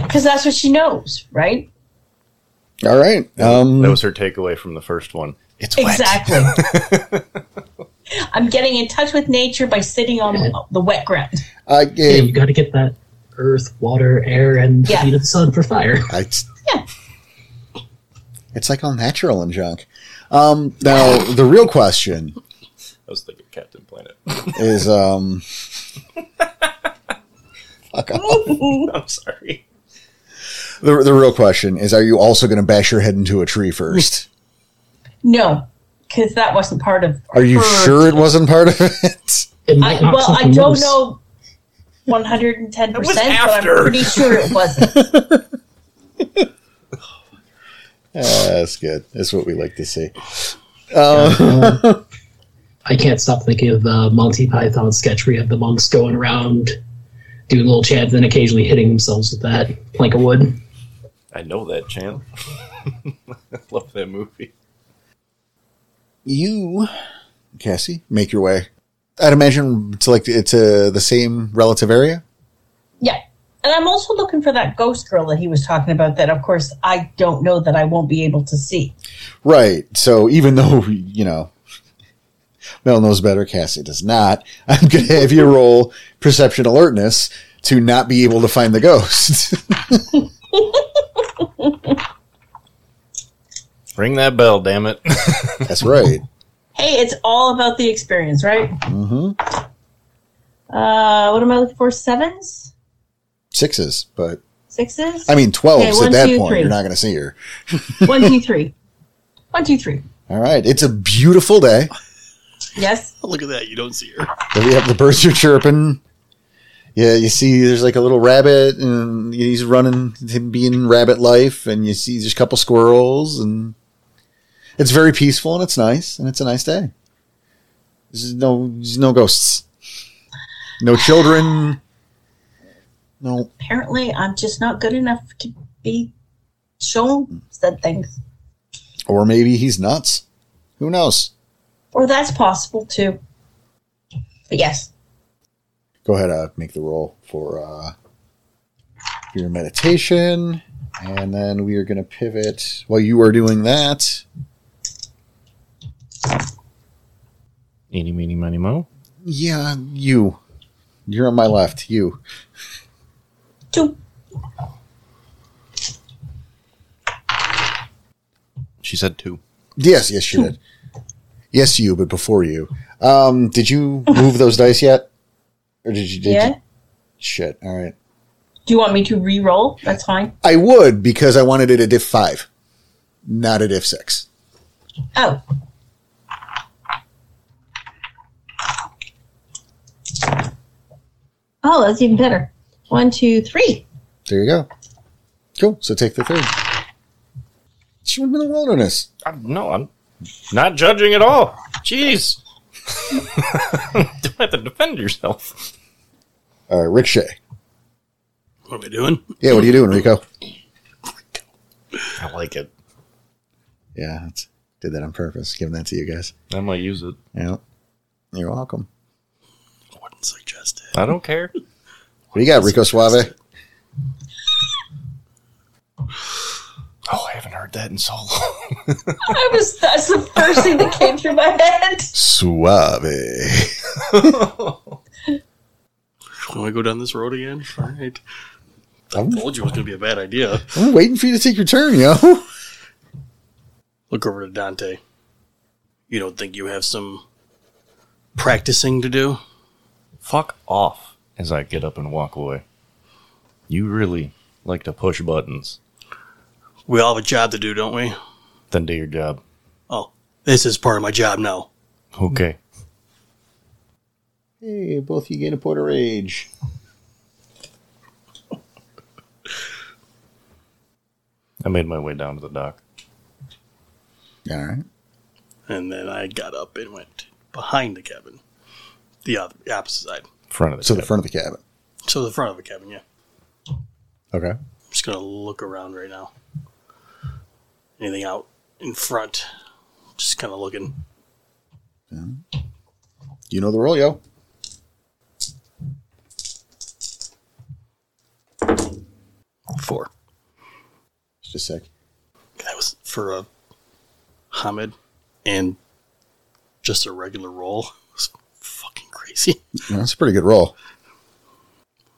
S4: because that's what she knows, right?
S1: All right. Um,
S5: that was her takeaway from the first one. It's wet.
S4: Exactly. I'm getting in touch with nature by sitting on the wet ground.
S1: I
S3: Yeah,
S1: gave.
S3: you got to get that earth, water, air, and the
S4: Yeah.
S3: heat of the sun for fire.
S1: I,
S4: Yeah.
S1: It's like all natural and junk. Um, now, the real question
S5: I was thinking Captain Planet.
S1: is um, fuck off.
S5: I'm sorry.
S1: The, the real question is are you also going to bash your head into a tree first?
S4: No, because that wasn't part of.
S1: Are you
S4: her-
S1: sure it wasn't part of it?
S3: It
S4: I,
S3: might not
S4: well, I
S3: something
S4: don't
S3: worse.
S4: know 110,
S5: was
S4: percent but
S5: after.
S4: I'm pretty sure it wasn't.
S1: Ah, that's good. That's what we like to see.
S3: I can't stop thinking of the Monty Python sketch where you have the monks going around doing little chants and occasionally hitting themselves with that plank of wood.
S5: I know that channel. I love that movie.
S1: You, Cassie, make your way. I'd imagine it's like it's uh, the same relative area.
S4: Yeah. And I'm also looking for that ghost girl that he was talking about that, of course, I don't know that I won't be able to see.
S1: Right. So even though, you know, Mel knows better, Cassie does not, I'm going to have you roll perception alertness to not be able to find the ghost.
S5: Ring that bell, damn it.
S1: That's right.
S4: Hey, it's all about the experience, right?
S1: hmm
S4: Uh, what am I looking for? Sevens?
S1: Sixes, but
S4: Sixes?
S1: I mean, 12s
S4: Okay, one,
S1: at that
S4: two,
S1: point.
S4: three.
S1: You're not going to see her.
S4: One, two, three. One, two, three.
S1: All right. It's a beautiful day.
S4: Yes.
S2: Look at that. You don't see her.
S1: There you have the birds are chirping. Yeah, you see there's like a little rabbit and he's running him being rabbit life and you see there's a couple squirrels and it's very peaceful and it's nice and it's a nice day. There's no there's no ghosts. No children. No.
S4: Apparently, I'm just not good enough to be shown said things.
S1: Or maybe he's nuts. Who knows?
S4: Or that's possible, too. But yes.
S1: Go ahead, uh, make the roll for uh, your meditation. And then we are going to pivot while you are doing that.
S5: Eeny, meeny, miny, mo.
S1: Yeah, you. You're on my left. You.
S4: Two.
S5: She said two.
S1: Yes, yes, you did. Yes, you. But before you, um, did you move those dice yet, or did you? Did
S4: Yeah.
S1: You? Shit. All right.
S4: Do you want me to re-roll? That's fine.
S1: I would because I wanted it at diff five, not at diff six.
S4: Oh. Oh, that's even better. One, two, three.
S1: There you go. Cool. So take the third. She went in the wilderness.
S5: I'm, no, I'm not judging at all. Jeez. Don't have to defend yourself.
S1: All right, Ricochet.
S2: What am I doing?
S1: Yeah, what are you doing, Rico?
S5: I like it.
S1: Yeah, that's, did that on purpose. Giving that to you guys.
S5: I might use it.
S1: Yeah. You're welcome.
S2: I wouldn't suggest it.
S5: I don't care.
S1: What do you got, Rico Suave?
S5: Oh, I haven't heard that in so long.
S4: I was that's the first thing that came through my head.
S1: Suave.
S2: Want to go down this road again? All right. I
S1: I'm-
S2: told you it was going to be a bad idea.
S1: I'm waiting for you to take your turn, yo.
S2: Look over to Dante. You don't think you have some practicing to do?
S5: Fuck off as I get up and walk away. You really like to push buttons.
S2: We all have a job to do, don't we?
S5: Then do your job.
S2: Oh, this is part of my job now.
S5: Okay.
S1: Hey, both you gain a point of rage.
S5: I made my way down to the dock.
S1: All right.
S2: And then I got up and went behind the cabin, the other, opposite side.
S5: Front of the
S1: So the
S5: cabin.
S1: front of the cabin.
S2: So the front of the cabin, yeah.
S1: Okay.
S2: I'm just going to look around right now. Anything out in front? Just kind of looking.
S1: You know the roll, yo.
S2: Four.
S1: Just a sec.
S2: That was for a Hamid and just a regular roll. It was fucking crazy.
S1: Yeah, that's a pretty good roll.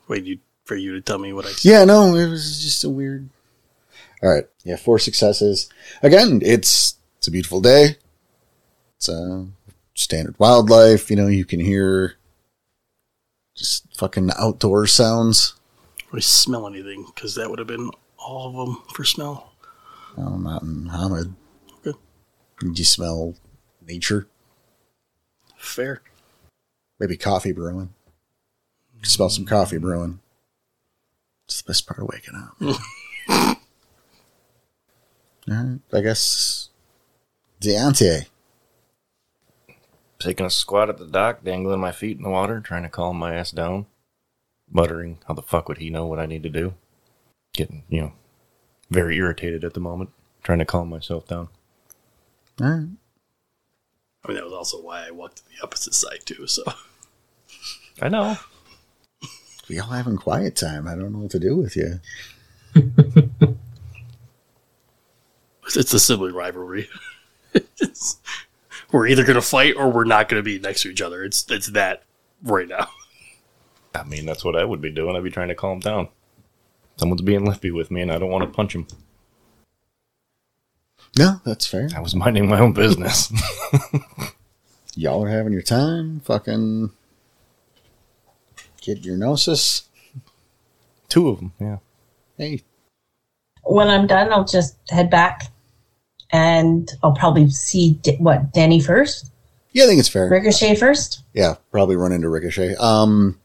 S2: Wait, you for you to tell me what I
S1: Yeah, no, it was just a weird. All right. Yeah, four successes. Again, it's it's a beautiful day. It's uh, standard wildlife. You know, you can hear just fucking outdoor sounds.
S2: I smell anything because that would have been all of them for smell.
S1: No, not in Hamid.
S2: Okay.
S1: You smell nature.
S2: Fair.
S1: Maybe coffee brewing. You can smell some coffee brewing. It's the best part of waking up. All right, I guess Deontay.
S5: Taking a squat at the dock, dangling my feet in the water, trying to calm my ass down. Muttering, how the fuck would he know what I need to do? Getting, you know, very irritated at the moment. Trying to calm myself down.
S1: All right.
S2: I mean, that was also why I walked to the opposite side too. So
S5: I know.
S1: We all having quiet time. I don't know what to do with you.
S2: it's the sibling rivalry. It's- we're either gonna fight or we're not gonna be next to each other. It's it's that right now.
S5: I mean, that's what I would be doing. I'd be trying to calm down. Someone's being lippy with me, and I don't want to punch him.
S1: No, that's fair.
S5: I was minding my own business.
S1: Y'all are having your time. Fucking get your gnosis.
S5: Two of them, yeah.
S1: Hey,
S4: When I'm done, I'll just head back, and I'll probably see D- what Danny first,
S1: yeah, I think it's fair.
S4: Ricochet first.
S1: Yeah, probably run into Ricochet. Um,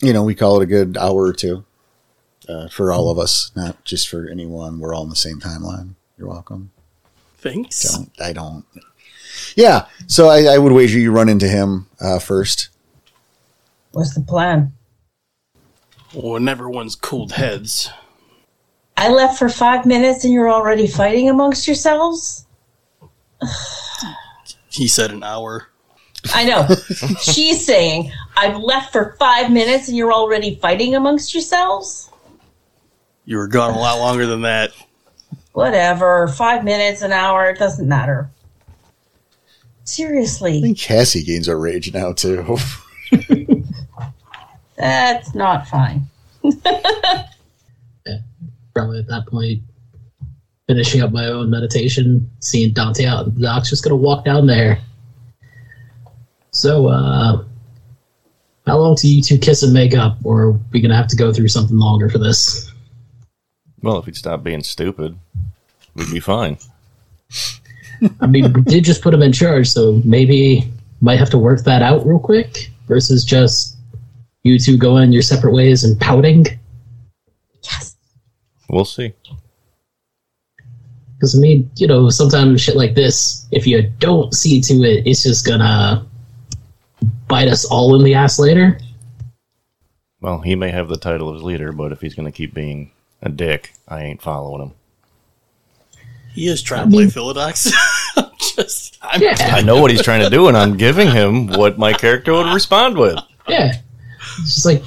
S1: you know, we call it a good hour or two uh, for all of us, not just for anyone. We're all in the same timeline. You're welcome.
S2: Thanks.
S1: Don't I don't. Yeah, so I, I would wager you run into him uh, first.
S4: What's the plan?
S2: When everyone's cooled heads,
S4: I left for five minutes, and you're already fighting amongst yourselves.
S2: he said an hour.
S4: I know. She's saying I've left for five minutes, and you're already fighting amongst yourselves.
S2: You were gone a lot longer than that.
S4: Whatever. Five minutes, an hour, it doesn't matter.
S1: I
S4: Seriously,
S1: think Cassie gains a rage now too.
S4: that's not fine.
S3: Probably at that point, finishing up my own meditation, seeing Dante out in the docks, just gonna walk down there. So, uh, how long do you two kiss and make up, or are we gonna have to go through something longer for this?
S5: Well, if he'd stop being stupid, we'd be fine.
S3: I mean, we did just put him in charge, so maybe might have to work that out real quick versus just you two going your separate ways and pouting.
S4: Yes.
S5: We'll see.
S3: Because I mean, you know, sometimes shit like this, if you don't see to it, it's just gonna bite us all in the ass later.
S5: Well, he may have the title of leader, but if he's going to keep being a dick, I ain't following him.
S2: He is trying
S3: I
S2: to play
S3: mean-
S2: Philodox. I'm just, I'm,
S5: I know what he's trying to do, and I'm giving him what my character would respond with.
S3: yeah. It's just like,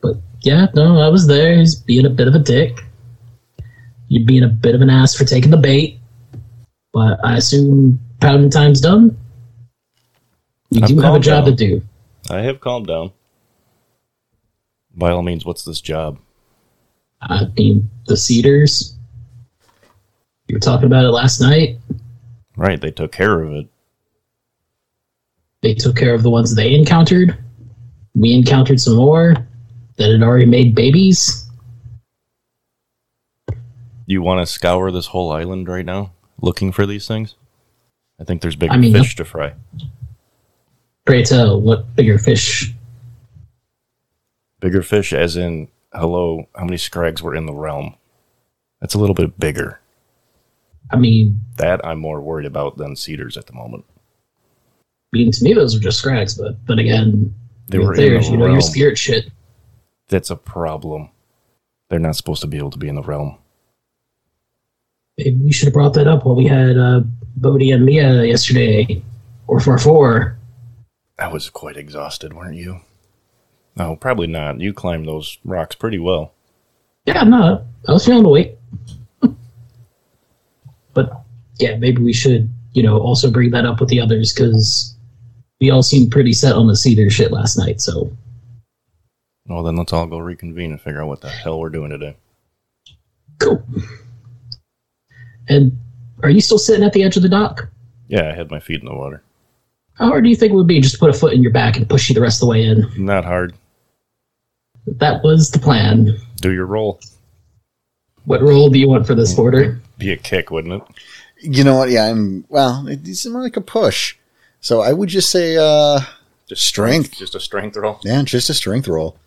S3: but yeah, no, I was there. He's being a bit of a dick. you being a bit of an ass for taking the bait, but I assume pounding time's done. You
S5: I've
S3: do have a
S5: calmed
S3: job
S5: down.
S3: to do.
S5: I have calmed down. By all means, what's this job?
S3: I mean, the Cedars. You were talking about it last night.
S5: Right, they took care of it.
S3: They took care of the ones they encountered. We encountered some more that had already made babies.
S5: You want to scour this whole island right now, looking for these things? I think there's bigger
S3: I mean,
S5: fish to fry.
S3: Pray tell, what bigger fish?
S5: Bigger fish, as in, hello, how many scrags were in the realm? That's a little bit bigger.
S3: I mean,
S5: That I'm more worried about than cedars at the moment.
S3: I mean to me those are just scrags, but but again,
S5: They
S3: you're
S5: were
S3: there,
S5: in the
S3: you know,
S5: realm.
S3: your spirit shit.
S5: That's a problem. They're not supposed to be able to be in the realm.
S3: Maybe we should have brought that up while we had uh, Bodhi and Mia yesterday, or four four.
S5: I was quite exhausted, weren't you? No, probably not. You climbed those rocks pretty well.
S3: Yeah, I'm not. I was feeling the weight. but yeah, maybe we should, you know, also bring that up with the others because we all seemed pretty set on the cedar shit last night. So
S5: Well, then let's all go reconvene and figure out what the hell we're doing today.
S3: cool. And are you still sitting at the edge of the dock?
S5: Yeah, I had my feet in the water.
S3: How hard do you think it would be just to put a foot in your back and push you the rest of the way in?
S5: Not hard.
S3: That was the plan.
S5: Do your roll.
S3: What role do you want for
S1: Mm.
S3: this order?
S5: Be a kick, wouldn't it?
S1: You know what? Yeah, I'm. Well, it's more like a push. So I would just say, uh,
S5: Just
S1: Strength.
S5: Just a strength roll.
S1: yeah, just a strength roll,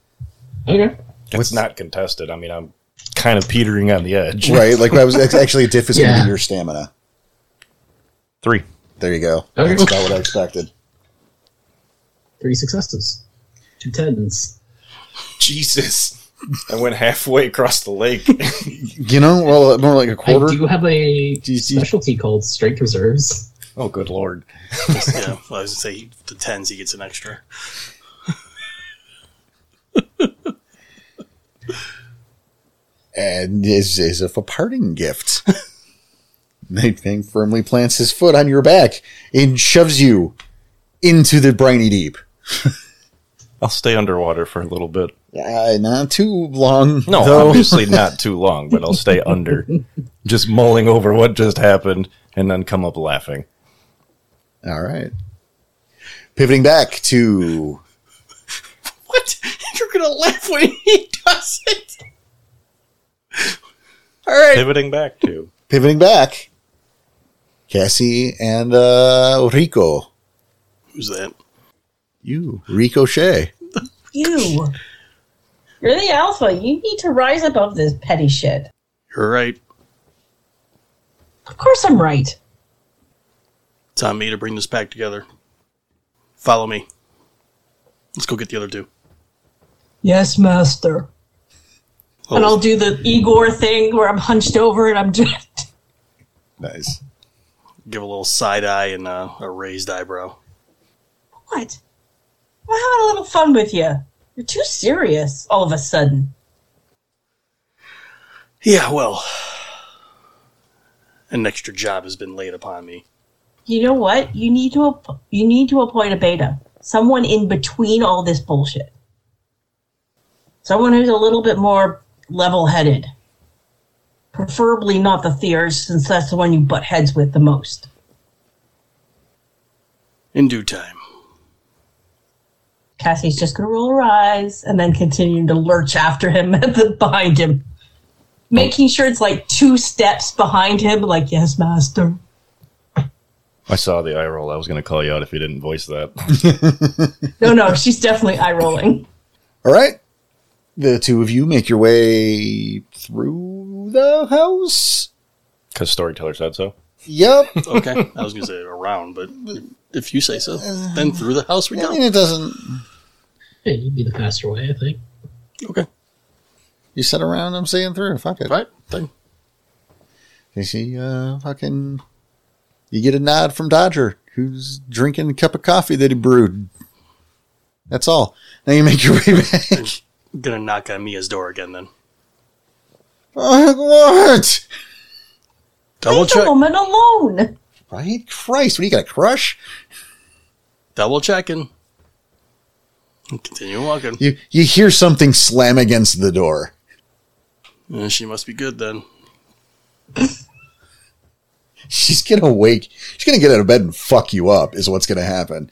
S3: Okay.
S5: It's not contested. I mean, I'm kind of petering on the edge.
S1: right? Like I was it's actually a diff is going to
S3: Yeah.
S1: be your stamina.
S5: Three.
S1: There you go.
S3: Okay.
S1: That's about what I expected.
S3: Three successes. Two tens.
S5: Jesus. I went halfway across the lake.
S1: You know, well, more like a
S3: I
S1: quarter.
S3: do have a
S1: Do you see-
S3: specialty called Strength Reserves.
S5: oh, good lord.
S2: yeah, well, I was gonna say the tens, he gets an extra.
S1: and is as if a parting gift. Night Fang firmly plants his foot on your back and shoves you into the briny deep.
S5: I'll stay underwater for a little bit.
S1: Uh, not too long,
S5: No,
S1: though.
S5: obviously not too long, but I'll stay under, just mulling over what just happened, and then come up laughing.
S1: All right. Pivoting back to
S2: What? You're gonna laugh when he does it. All right.
S5: Pivoting back to
S1: pivoting back, Cassie and uh, Rico.
S2: Who's that?
S1: You, Ricochet.
S4: You. You're the alpha. You need to rise above this petty shit.
S2: You're right.
S4: Of course I'm right.
S2: It's on me to bring this back together. Follow me. Let's go get the other two.
S4: Yes, master.
S2: Oh,
S4: And I'll do the Igor thing where I'm hunched over and I'm just.
S1: Nice.
S2: give a little side eye and uh, a raised eyebrow.
S4: What? I'm having a little fun with you. You're too serious all of a sudden.
S2: Yeah, well, an extra job has been laid upon me.
S4: You know what? You need to app- you need to appoint a beta, someone in between all this bullshit, someone who's a little bit more level-headed, preferably not the Thiers, since that's the one you butt heads with the most.
S2: In due time.
S4: Cassie's just gonna roll her eyes and then continue to lurch after him at the, behind him, making sure it's like two steps behind him. Like, yes, master.
S5: I saw the eye roll. I was going to call you out if you didn't voice that.
S4: No, no, she's definitely eye rolling.
S1: All right. The two of you make your way through the house.
S5: Because storyteller said so.
S1: Yep.
S2: Okay, I was going to say around, but if you say so, then through the house we
S1: I mean,
S2: go.
S1: it doesn't.
S3: Yeah, you'd be the faster way, I think.
S2: Okay,
S1: You sit around, I'm saying through. Fuck it.
S2: right? Then
S1: You see, uh, fucking. You get a nod from Dodger, who's drinking a cup of coffee that he brewed. That's all. Now you make your way back.
S2: gonna knock on Mia's door again. Then
S1: Ugh, what?
S2: Double
S4: Leave
S2: check.
S4: the woman alone.
S1: Right? Christ, what do you got, a crush?
S2: Double checking. And Continue walking.
S1: You, you hear something slam against the door.
S2: Uh, She must be good then.
S1: She's gonna wake. She's gonna get out of bed and fuck you up, is what's gonna happen.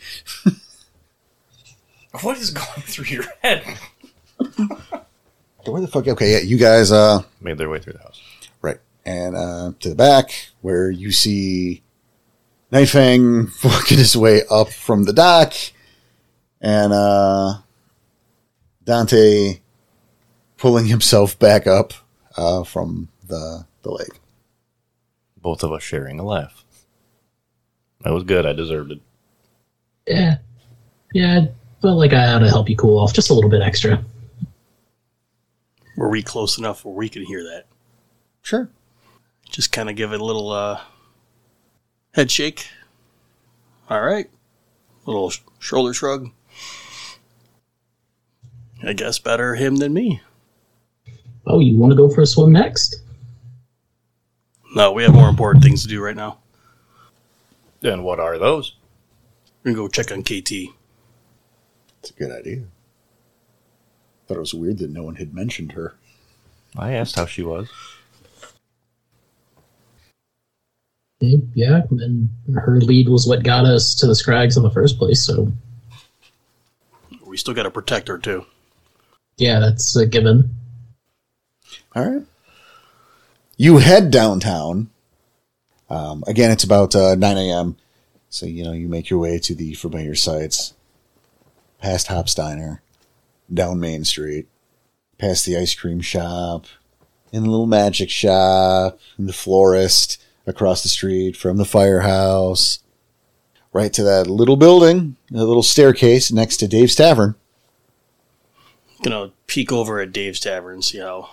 S6: What is going through your head?
S1: Where the fuck? Okay, yeah, you guys, uh,
S5: Made their way through the house.
S1: Right. And uh, to the back, where you see Nightfang walking his way up from the dock, and uh, Dante pulling himself back up uh, from the, the lake.
S5: Both of us sharing a laugh. That was good. I deserved it.
S3: Yeah. Yeah, I felt like I ought to help you cool off just a little bit extra.
S2: Were we close enough where we could hear that?
S1: Sure.
S2: Just kind of give it a little uh, head shake. All right. Little sh- shoulder shrug. I guess better him than me.
S3: Oh, you want to go for a swim next?
S2: No, we have more important things to do right now.
S5: And what are those?
S2: We're going to go check on KT.
S1: It's a good idea. Thought it was weird that no one had mentioned her.
S5: I asked how she was.
S3: Mm, Yeah, and her lead was what got us to the Scrags in the first place, so
S2: We still got to protect her, too.
S3: yeah, that's a given.
S1: All right. You head downtown. Um, again, it's about uh, 9 a.m. So, you know, you make your way to the familiar sites, past Hop's Diner, down Main Street, past the ice cream shop, and the little magic shop, and the florist across the street from the firehouse, right to that little building, the little staircase next to Dave's Tavern.
S2: Gonna peek over at Dave's Tavern, see how,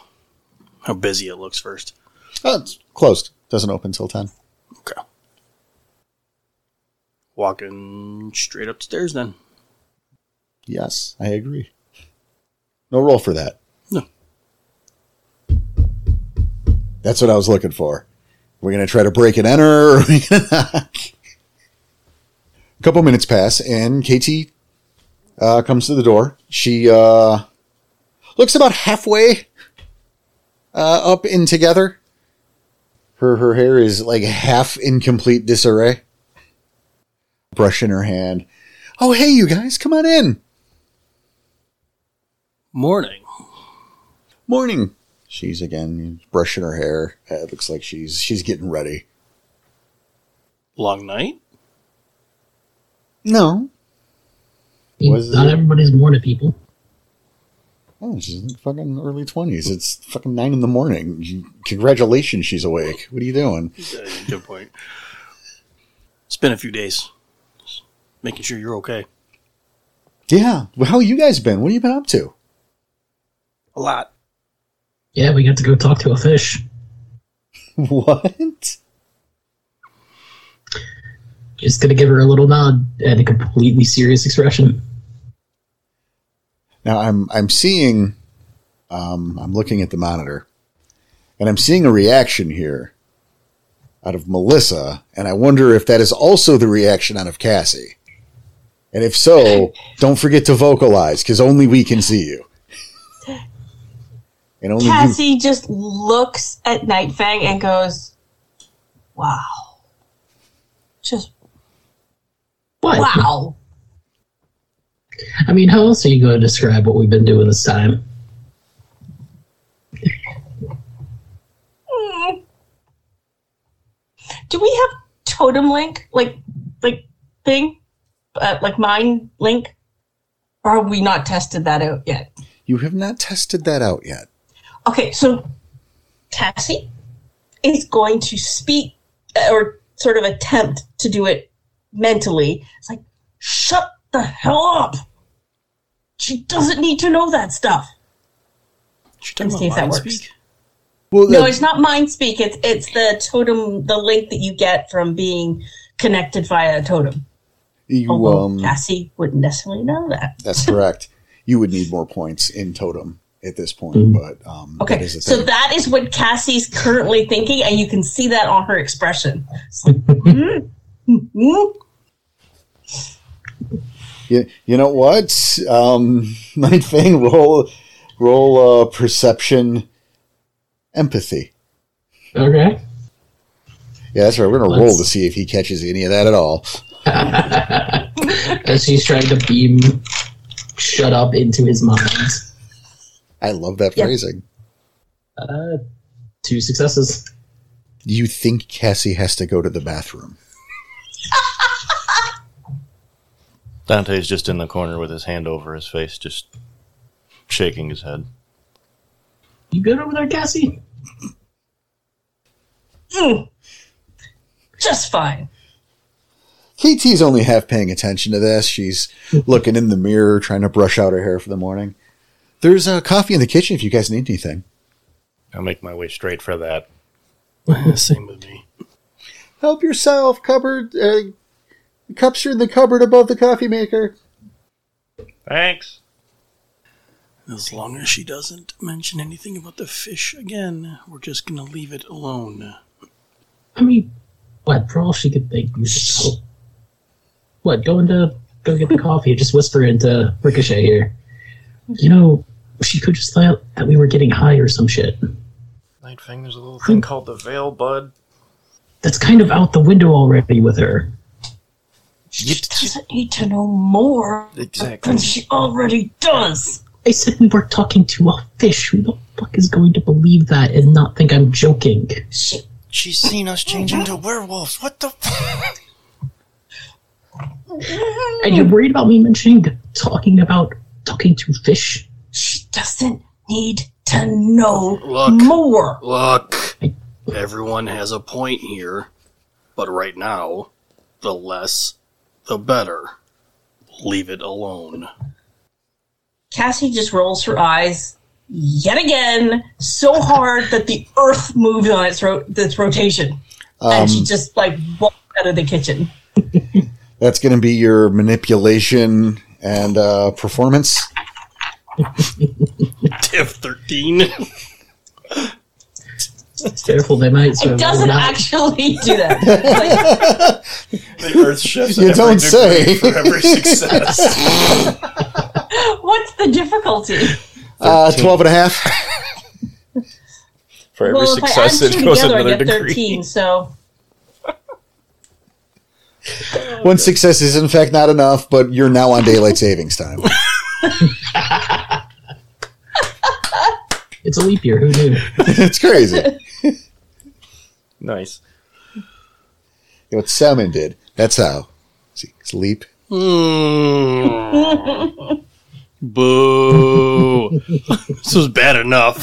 S2: how busy it looks first.
S1: Oh, it's closed. Doesn't open till 10.
S2: Okay. Walking straight up the stairs then.
S1: Yes, I agree. No roll for that.
S2: No.
S1: That's what I was looking for. We're going to try to break and enter. Or are we gonna knock? A couple minutes pass, and KT uh, comes to the door. She uh, looks about halfway uh, up in together. Her her hair is like half in complete disarray. Brush in her hand. Oh, hey, you guys, come on in.
S2: Morning.
S1: Morning. She's again brushing her hair. Uh, It looks like she's she's getting ready.
S2: Long night?
S1: No. Was
S3: Not
S1: it-
S3: everybody's born to people.
S1: Oh, she's in the fucking early twenties. It's fucking nine in the morning. She- Congratulations, she's awake. What are you doing?
S2: Yeah, Good point. It's been a few days. Just making sure you're okay.
S1: Yeah. Well, how you guys been? What have you been up to?
S2: A lot.
S3: Yeah, we got to go talk to a fish.
S1: What?
S3: Just gonna give her a little nod and a completely serious expression.
S1: Now I'm I'm seeing um I'm looking at the monitor and I'm seeing a reaction here out of Melissa and I wonder if that is also the reaction out of Cassie. And if so, don't forget to vocalize cuz only we can see you. And only you,
S4: Cassie just looks at Nightfang and goes, "Wow, just
S3: What?
S4: wow."
S3: I mean, how else are you gonna describe what we've been doing this time?
S4: Mm. Do we have totem link, like, like thing, uh, like mine link? Or have we not tested that out yet?
S1: you have not tested that out yet.
S4: Okay, so Cassie is going to speak uh, or sort of attempt to do it mentally. It's like, shut the hell up. She doesn't need to know that stuff.
S2: She
S4: Let's see if that
S2: mind
S4: works.
S1: Well, uh,
S4: No,
S1: that-
S4: it's not mind speak. It's it's the totem, the link that you get from being connected via a totem.
S1: you
S4: Although
S1: um
S4: Cassie wouldn't necessarily know that.
S1: that's correct. You would need more points in totem at this point, but um, that
S4: Okay,
S1: is a
S4: so
S1: thing.
S4: that is what Cassie's currently thinking, and you can see that on her expression. It's like, "Hmm, hmm,
S1: you, you know what? Um, Night Fang, roll roll uh, perception, empathy.
S3: Okay.
S1: Yeah, that's right. We're gonna
S3: Let's-
S1: roll to see if he catches any of that at all.
S3: As he's trying to beam shut up into his mind.
S1: I love that
S4: Yeah.
S1: phrasing.
S3: Uh, two successes.
S1: You think Cassie has to go to the bathroom?
S5: Dante's just in the corner with his hand over his face, just shaking his head.
S3: You good over there, Cassie?
S4: hmm. Just fine.
S1: KT's only half paying attention to this. She's looking in the mirror, trying to brush out her hair for the morning. There's uh, coffee in the kitchen if you guys need anything.
S5: I'll make my way straight for that.
S2: Same with me.
S1: Help yourself. Cupboard uh, cups are in the cupboard above the coffee maker.
S5: Thanks.
S2: As long as she doesn't mention anything about the fish again, we're just gonna leave it alone.
S3: I mean, what, for all she could think, you should go. What, go into, go get the coffee, just whisper into Ricochet here. You know, she could just thought that we were getting high or some shit. Hmm.
S5: Nightfang, there's a little thing called the veil, bud.
S3: That's kind of out the window already with her.
S4: She doesn't need to know more
S5: Exactly.
S4: than she already does.
S3: I said we were talking to a fish. Who the fuck is going to believe that and not think I'm joking?
S4: She,
S5: She's seen us change into werewolves. What the? F-
S3: And you're worried about me mentioning talking about talking to fish?
S4: she doesn't need to know
S2: Look.
S4: more.
S2: Look, everyone has a point here, but right now, the less, the better. Leave it alone.
S4: Cassie just rolls her eyes yet again so hard that the earth moves on its, ro- its rotation.
S1: Um,
S4: and she just like walked out of the kitchen.
S1: that's going to be your manipulation and uh, performance.
S2: Tiff 13.
S3: Careful, they might. sort
S4: It
S3: of
S4: doesn't
S3: roll out.
S4: actually do that.
S6: The earth shifts.
S1: You
S6: every
S1: don't
S6: degree
S1: say.
S6: For every success.
S4: What's the difficulty?
S1: Uh, 12 and a half.
S5: For every
S4: well,
S5: success,
S4: if I add
S5: it
S4: two
S5: goes
S4: together, I
S5: another
S4: get
S5: degree.
S4: thirteen. So
S1: One success is, in fact, not enough, but you're now on daylight savings time.
S3: It's a leap year. Who knew?
S1: it's crazy. You
S5: Nice.
S1: know what Salmon did? That's how. See, it's leap.
S2: Mm. Boo. this was bad enough.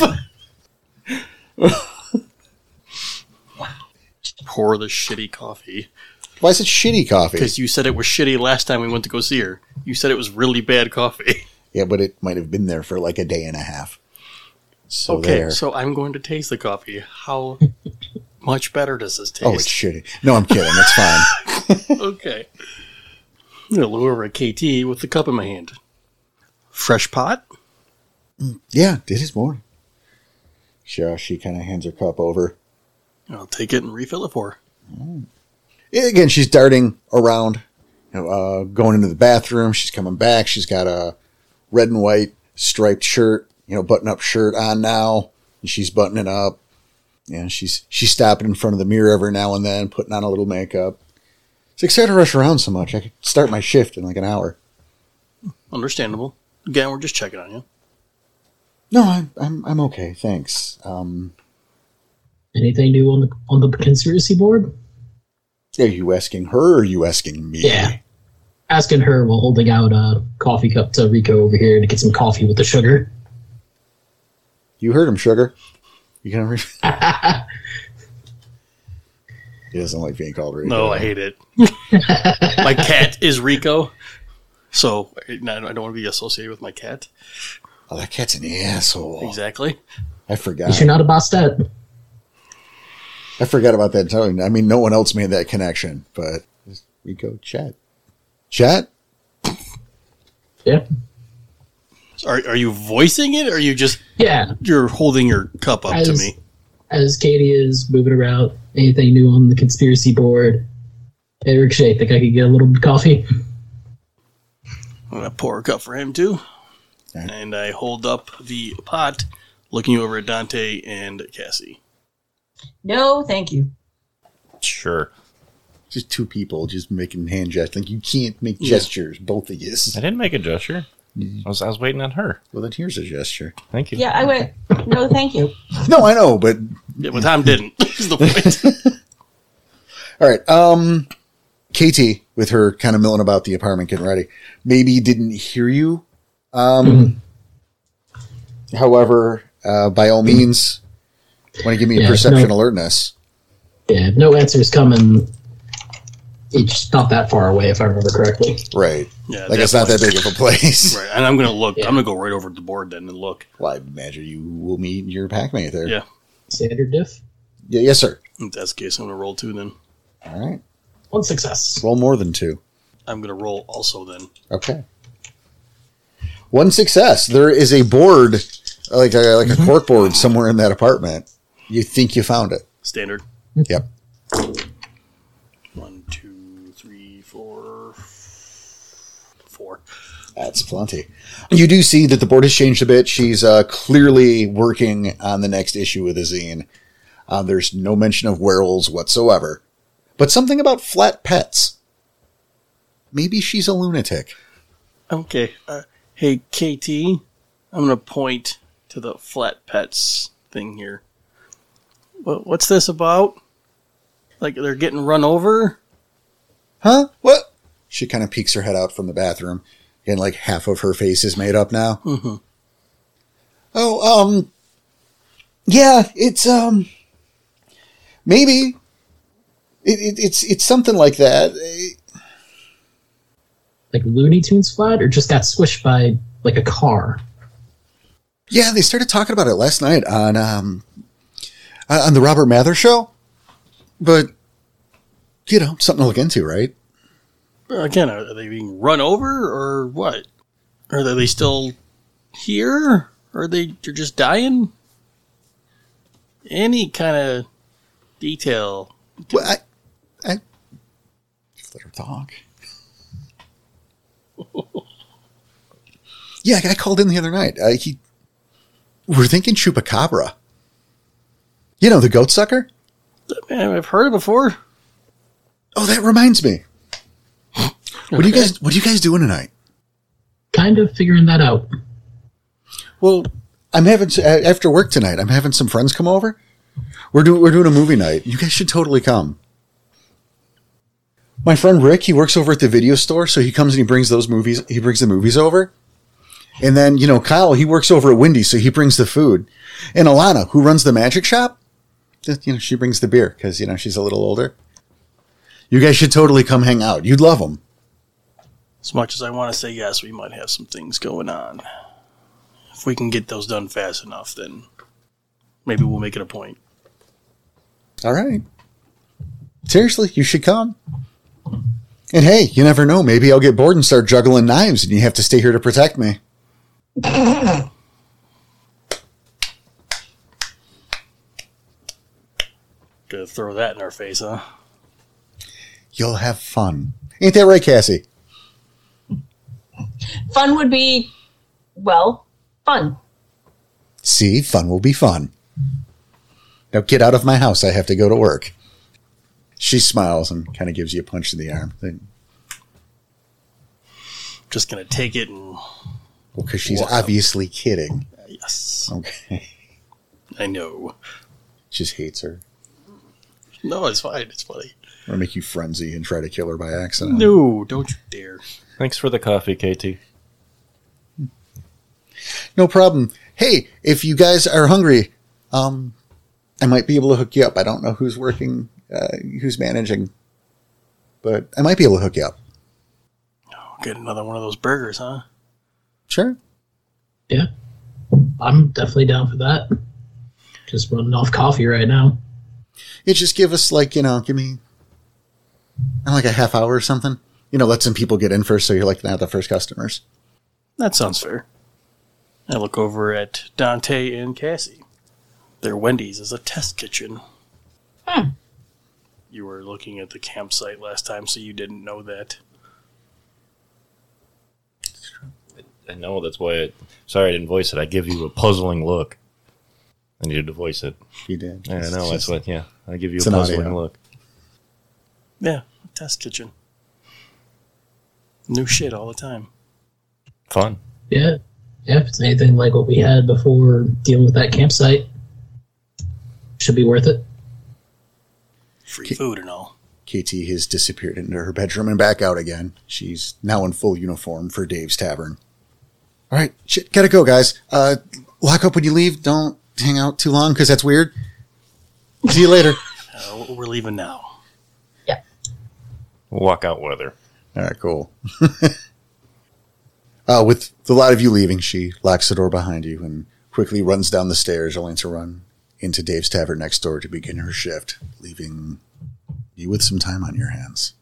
S2: Pour the shitty coffee.
S1: Why is it shitty coffee?
S2: Because you said it was shitty last time we went to go see her. You said it was really bad coffee.
S1: Yeah, but it might have been there for like a day and a half. So
S2: okay,
S1: there.
S2: so I'm going to taste the coffee. How much better does this
S1: oh, it's
S2: taste?
S1: shitty. No, I'm kidding. It's fine.
S2: okay. I'm going to lure a KT with the cup in my hand. Fresh pot?
S1: Yeah, it is morning. Sure, she kind of hands her cup over.
S2: I'll take it and refill it for her.
S1: again, she's darting around, you know, uh, going into the bathroom. She's coming back. She's got a red and white striped shirt, you know, button up shirt on now, and she's buttoning up. And she's she's stopping in front of the mirror every now and then, putting on a little makeup. It's like, "Sorry to rush around so much. I could start my shift in like an hour.
S2: Understandable. Again, we're just checking on you.
S1: No, I'm I'm, I'm okay, thanks. Um,
S3: Anything new on the on the conspiracy board?
S1: are you asking her? or Are you asking me?
S3: Yeah. Asking her while holding out a coffee cup to Rico over here to get some coffee with the sugar.
S1: You heard him, sugar. You gonna? Re- he doesn't like being called. Rico.
S2: No, I hate it. my cat is Rico, so I I don't want to be associated with my cat.
S1: Oh, that cat's an asshole.
S2: Oh. Exactly.
S1: I
S3: You
S1: forgot.
S3: sure not a Bastet?
S1: I forgot about that. Time. I mean, no one else made that connection, but we go chat. Chat?
S3: Yeah.
S2: So Are, are you voicing it? Or are you just
S3: Yeah,
S2: you're holding your cup up to
S3: As-
S2: me?
S3: as Katie is moving around, anything new on the conspiracy board? Hey, Ricochet, think I could get a little coffee?
S2: I'm gonna pour a cup for him too.
S1: Okay.
S2: And I hold up the pot, looking over at Dante and Cassie.
S4: No, thank you.
S5: Sure.
S1: Just two people just making hand gestures. Like you can't make
S2: Yeah.
S1: gestures, both of you.
S5: I didn't make a gesture. I was, I was waiting on her.
S1: Well, then here's a gesture.
S5: Thank you.
S4: Yeah, I went, no, thank you.
S1: No, I know, but
S2: Yeah, but Tom didn't. is the point.
S1: all right. Um, Katie, with her kind of milling about the apartment, getting ready, maybe didn't hear you. Um,
S3: Mm-hmm.
S1: however, uh, by all means, want to give me a
S3: Yeah,
S1: perception
S3: no.
S1: alertness.
S3: Yeah, no answers coming. It's not that far away, if I remember correctly.
S1: Right.
S2: Yeah,
S1: Like it's not that
S2: definitely.
S1: big of a place.
S2: Right, and I'm gonna look.
S3: Yeah.
S2: I'm gonna go right over to the board then and look.
S1: Well, I imagine you will meet your packmate there.
S2: Yeah.
S3: Standard diff.
S1: Y- yes, sir.
S2: If that's the case, I'm gonna roll two then.
S1: All right.
S3: One success.
S1: Roll more than two.
S2: I'm gonna roll also then.
S1: Okay. One success. There is a board, like a, like
S3: Mm-hmm.
S1: a cork board, somewhere in that apartment. You think you found it?
S2: Standard.
S3: Mm-hmm.
S1: Yep.
S2: One, two, three, four, four.
S1: That's plenty. You do see that the board has changed a bit. She's uh, clearly working on the next issue of the zine. Uh, there's no mention of werewolves whatsoever, but something about flat pets. Maybe she's a lunatic.
S2: Okay. Uh, hey, KT, I'm gonna point to the flat pets thing here. What, what's this about? Like they're getting run over?
S1: Huh? What? She kind of peeks her head out from the bathroom, and like half of her face is made up now.
S2: Mm-hmm.
S1: Oh, um, yeah, it's um, maybe it, it, it's it's something like that. Eh,
S3: Like Looney Tunes flat, or just got squished by like a car.
S1: Yeah, they started talking about it last night on um uh, on the Robert Mather show, but you know something to look into, right?
S2: Again, are they being run over or what? Are they still here? Are they they're just dying? Any kind of detail?
S1: Well, I, I just let her talk. yeah, I called in the other night. Uh, he, we're thinking chupacabra. You know the goat sucker.
S2: Man, I've heard it before.
S1: Oh, that reminds me. What do you guys? What are you guys doing tonight?
S3: Kind of figuring that out.
S1: Well, I'm having s- a- after work tonight. I'm having some friends come over. We're doing we're doing a movie night. You guys should totally come. My friend Rick, he works over at the video store, so he comes and he brings those movies. He brings the movies over, and then you know Kyle, he works over at Wendy's, so he brings the food. And Alana, who runs the magic shop, th- you know she brings the beer because you know she's a little older. You guys should totally come hang out. You'd love them.
S2: As much as I want to say yes, we might have some things going on. If we can get those done fast enough, then maybe we'll make it a point.
S1: All right. Seriously, you should come. And hey, you never know. Maybe I'll get bored and start juggling knives, and you have to stay here to protect me.
S2: Gonna throw that in our face, huh?
S1: You'll have fun. Ain't that right, Cassie?
S4: Fun would be, well, fun.
S1: See, fun will be fun. Now get out of my house. I have to go to work. She smiles and kind of gives you a punch in the arm. Then-
S2: Just gonna take it and
S1: Well, because she's
S2: Wow.
S1: obviously kidding.
S2: yes,
S1: Okay.
S2: I know.
S1: Just hates her.
S2: No, it's fine. It's funny.
S1: Or make you frenzy and try to kill her by accident.
S2: No, don't you dare.
S5: Thanks for the coffee, KT.
S1: No problem. Hey, if you guys are hungry, um, I might be able to hook you up. I don't know who's working, uh, who's managing, but I might be able to hook you up.
S2: Get another one of those burgers, huh?
S1: Sure.
S3: Yeah, I'm definitely down for that. Just running off coffee right now.
S1: You just give us like you know, give me uh, like a half hour or something. You know, let some people get in first, so you're like not the first customers.
S2: That sounds fair. I look over at Dante and Cassie. Their Wendy's is a test kitchen.
S4: Hmm.
S2: You were looking at the campsite last time, so you didn't know that.
S5: I know that's why. I, sorry, I didn't voice it. I give you a puzzling look. I needed to voice it.
S1: He did.
S5: I know that's what. Yeah, I give you
S1: It's
S5: a
S1: an
S5: puzzling
S1: audio.
S5: look.
S2: Yeah, a test kitchen. New shit all the time.
S5: Fun.
S3: Yeah. Yeah, if it's anything like what we had before dealing with that campsite, should be worth it.
S2: Free food and all.
S1: KT has disappeared into her bedroom and back out again. She's now in full uniform for Dave's Tavern. All right, shit, gotta go, guys. Uh, lock up when you leave. Don't hang out too long because that's weird. See you later.
S2: Uh, we're leaving now.
S5: Walkout weather.
S1: All right, cool. uh, with the lot of you leaving, she locks the door behind you and quickly runs down the stairs, only to run into Dave's Tavern next door to begin her shift, leaving you with some time on your hands.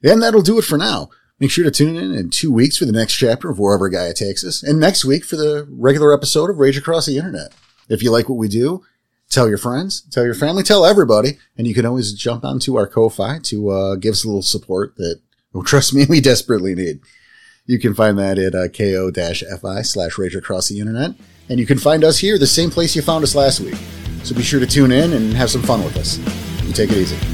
S1: And that'll do it for now. Make sure to tune in in two weeks for the next chapter of Wherever Gaia Takes Us, and next week for the regular episode of Rage Across the Internet. If you like what we do, tell your friends, tell your family, tell everybody. And you can always jump onto our Ko-Fi to uh, give us a little support that, oh, trust me, we desperately need. You can find that at uh, ko-fi slash Rage Across the Internet. And you can find us here, the same place you found us last week. So be sure to tune in and have some fun with us. You take it easy.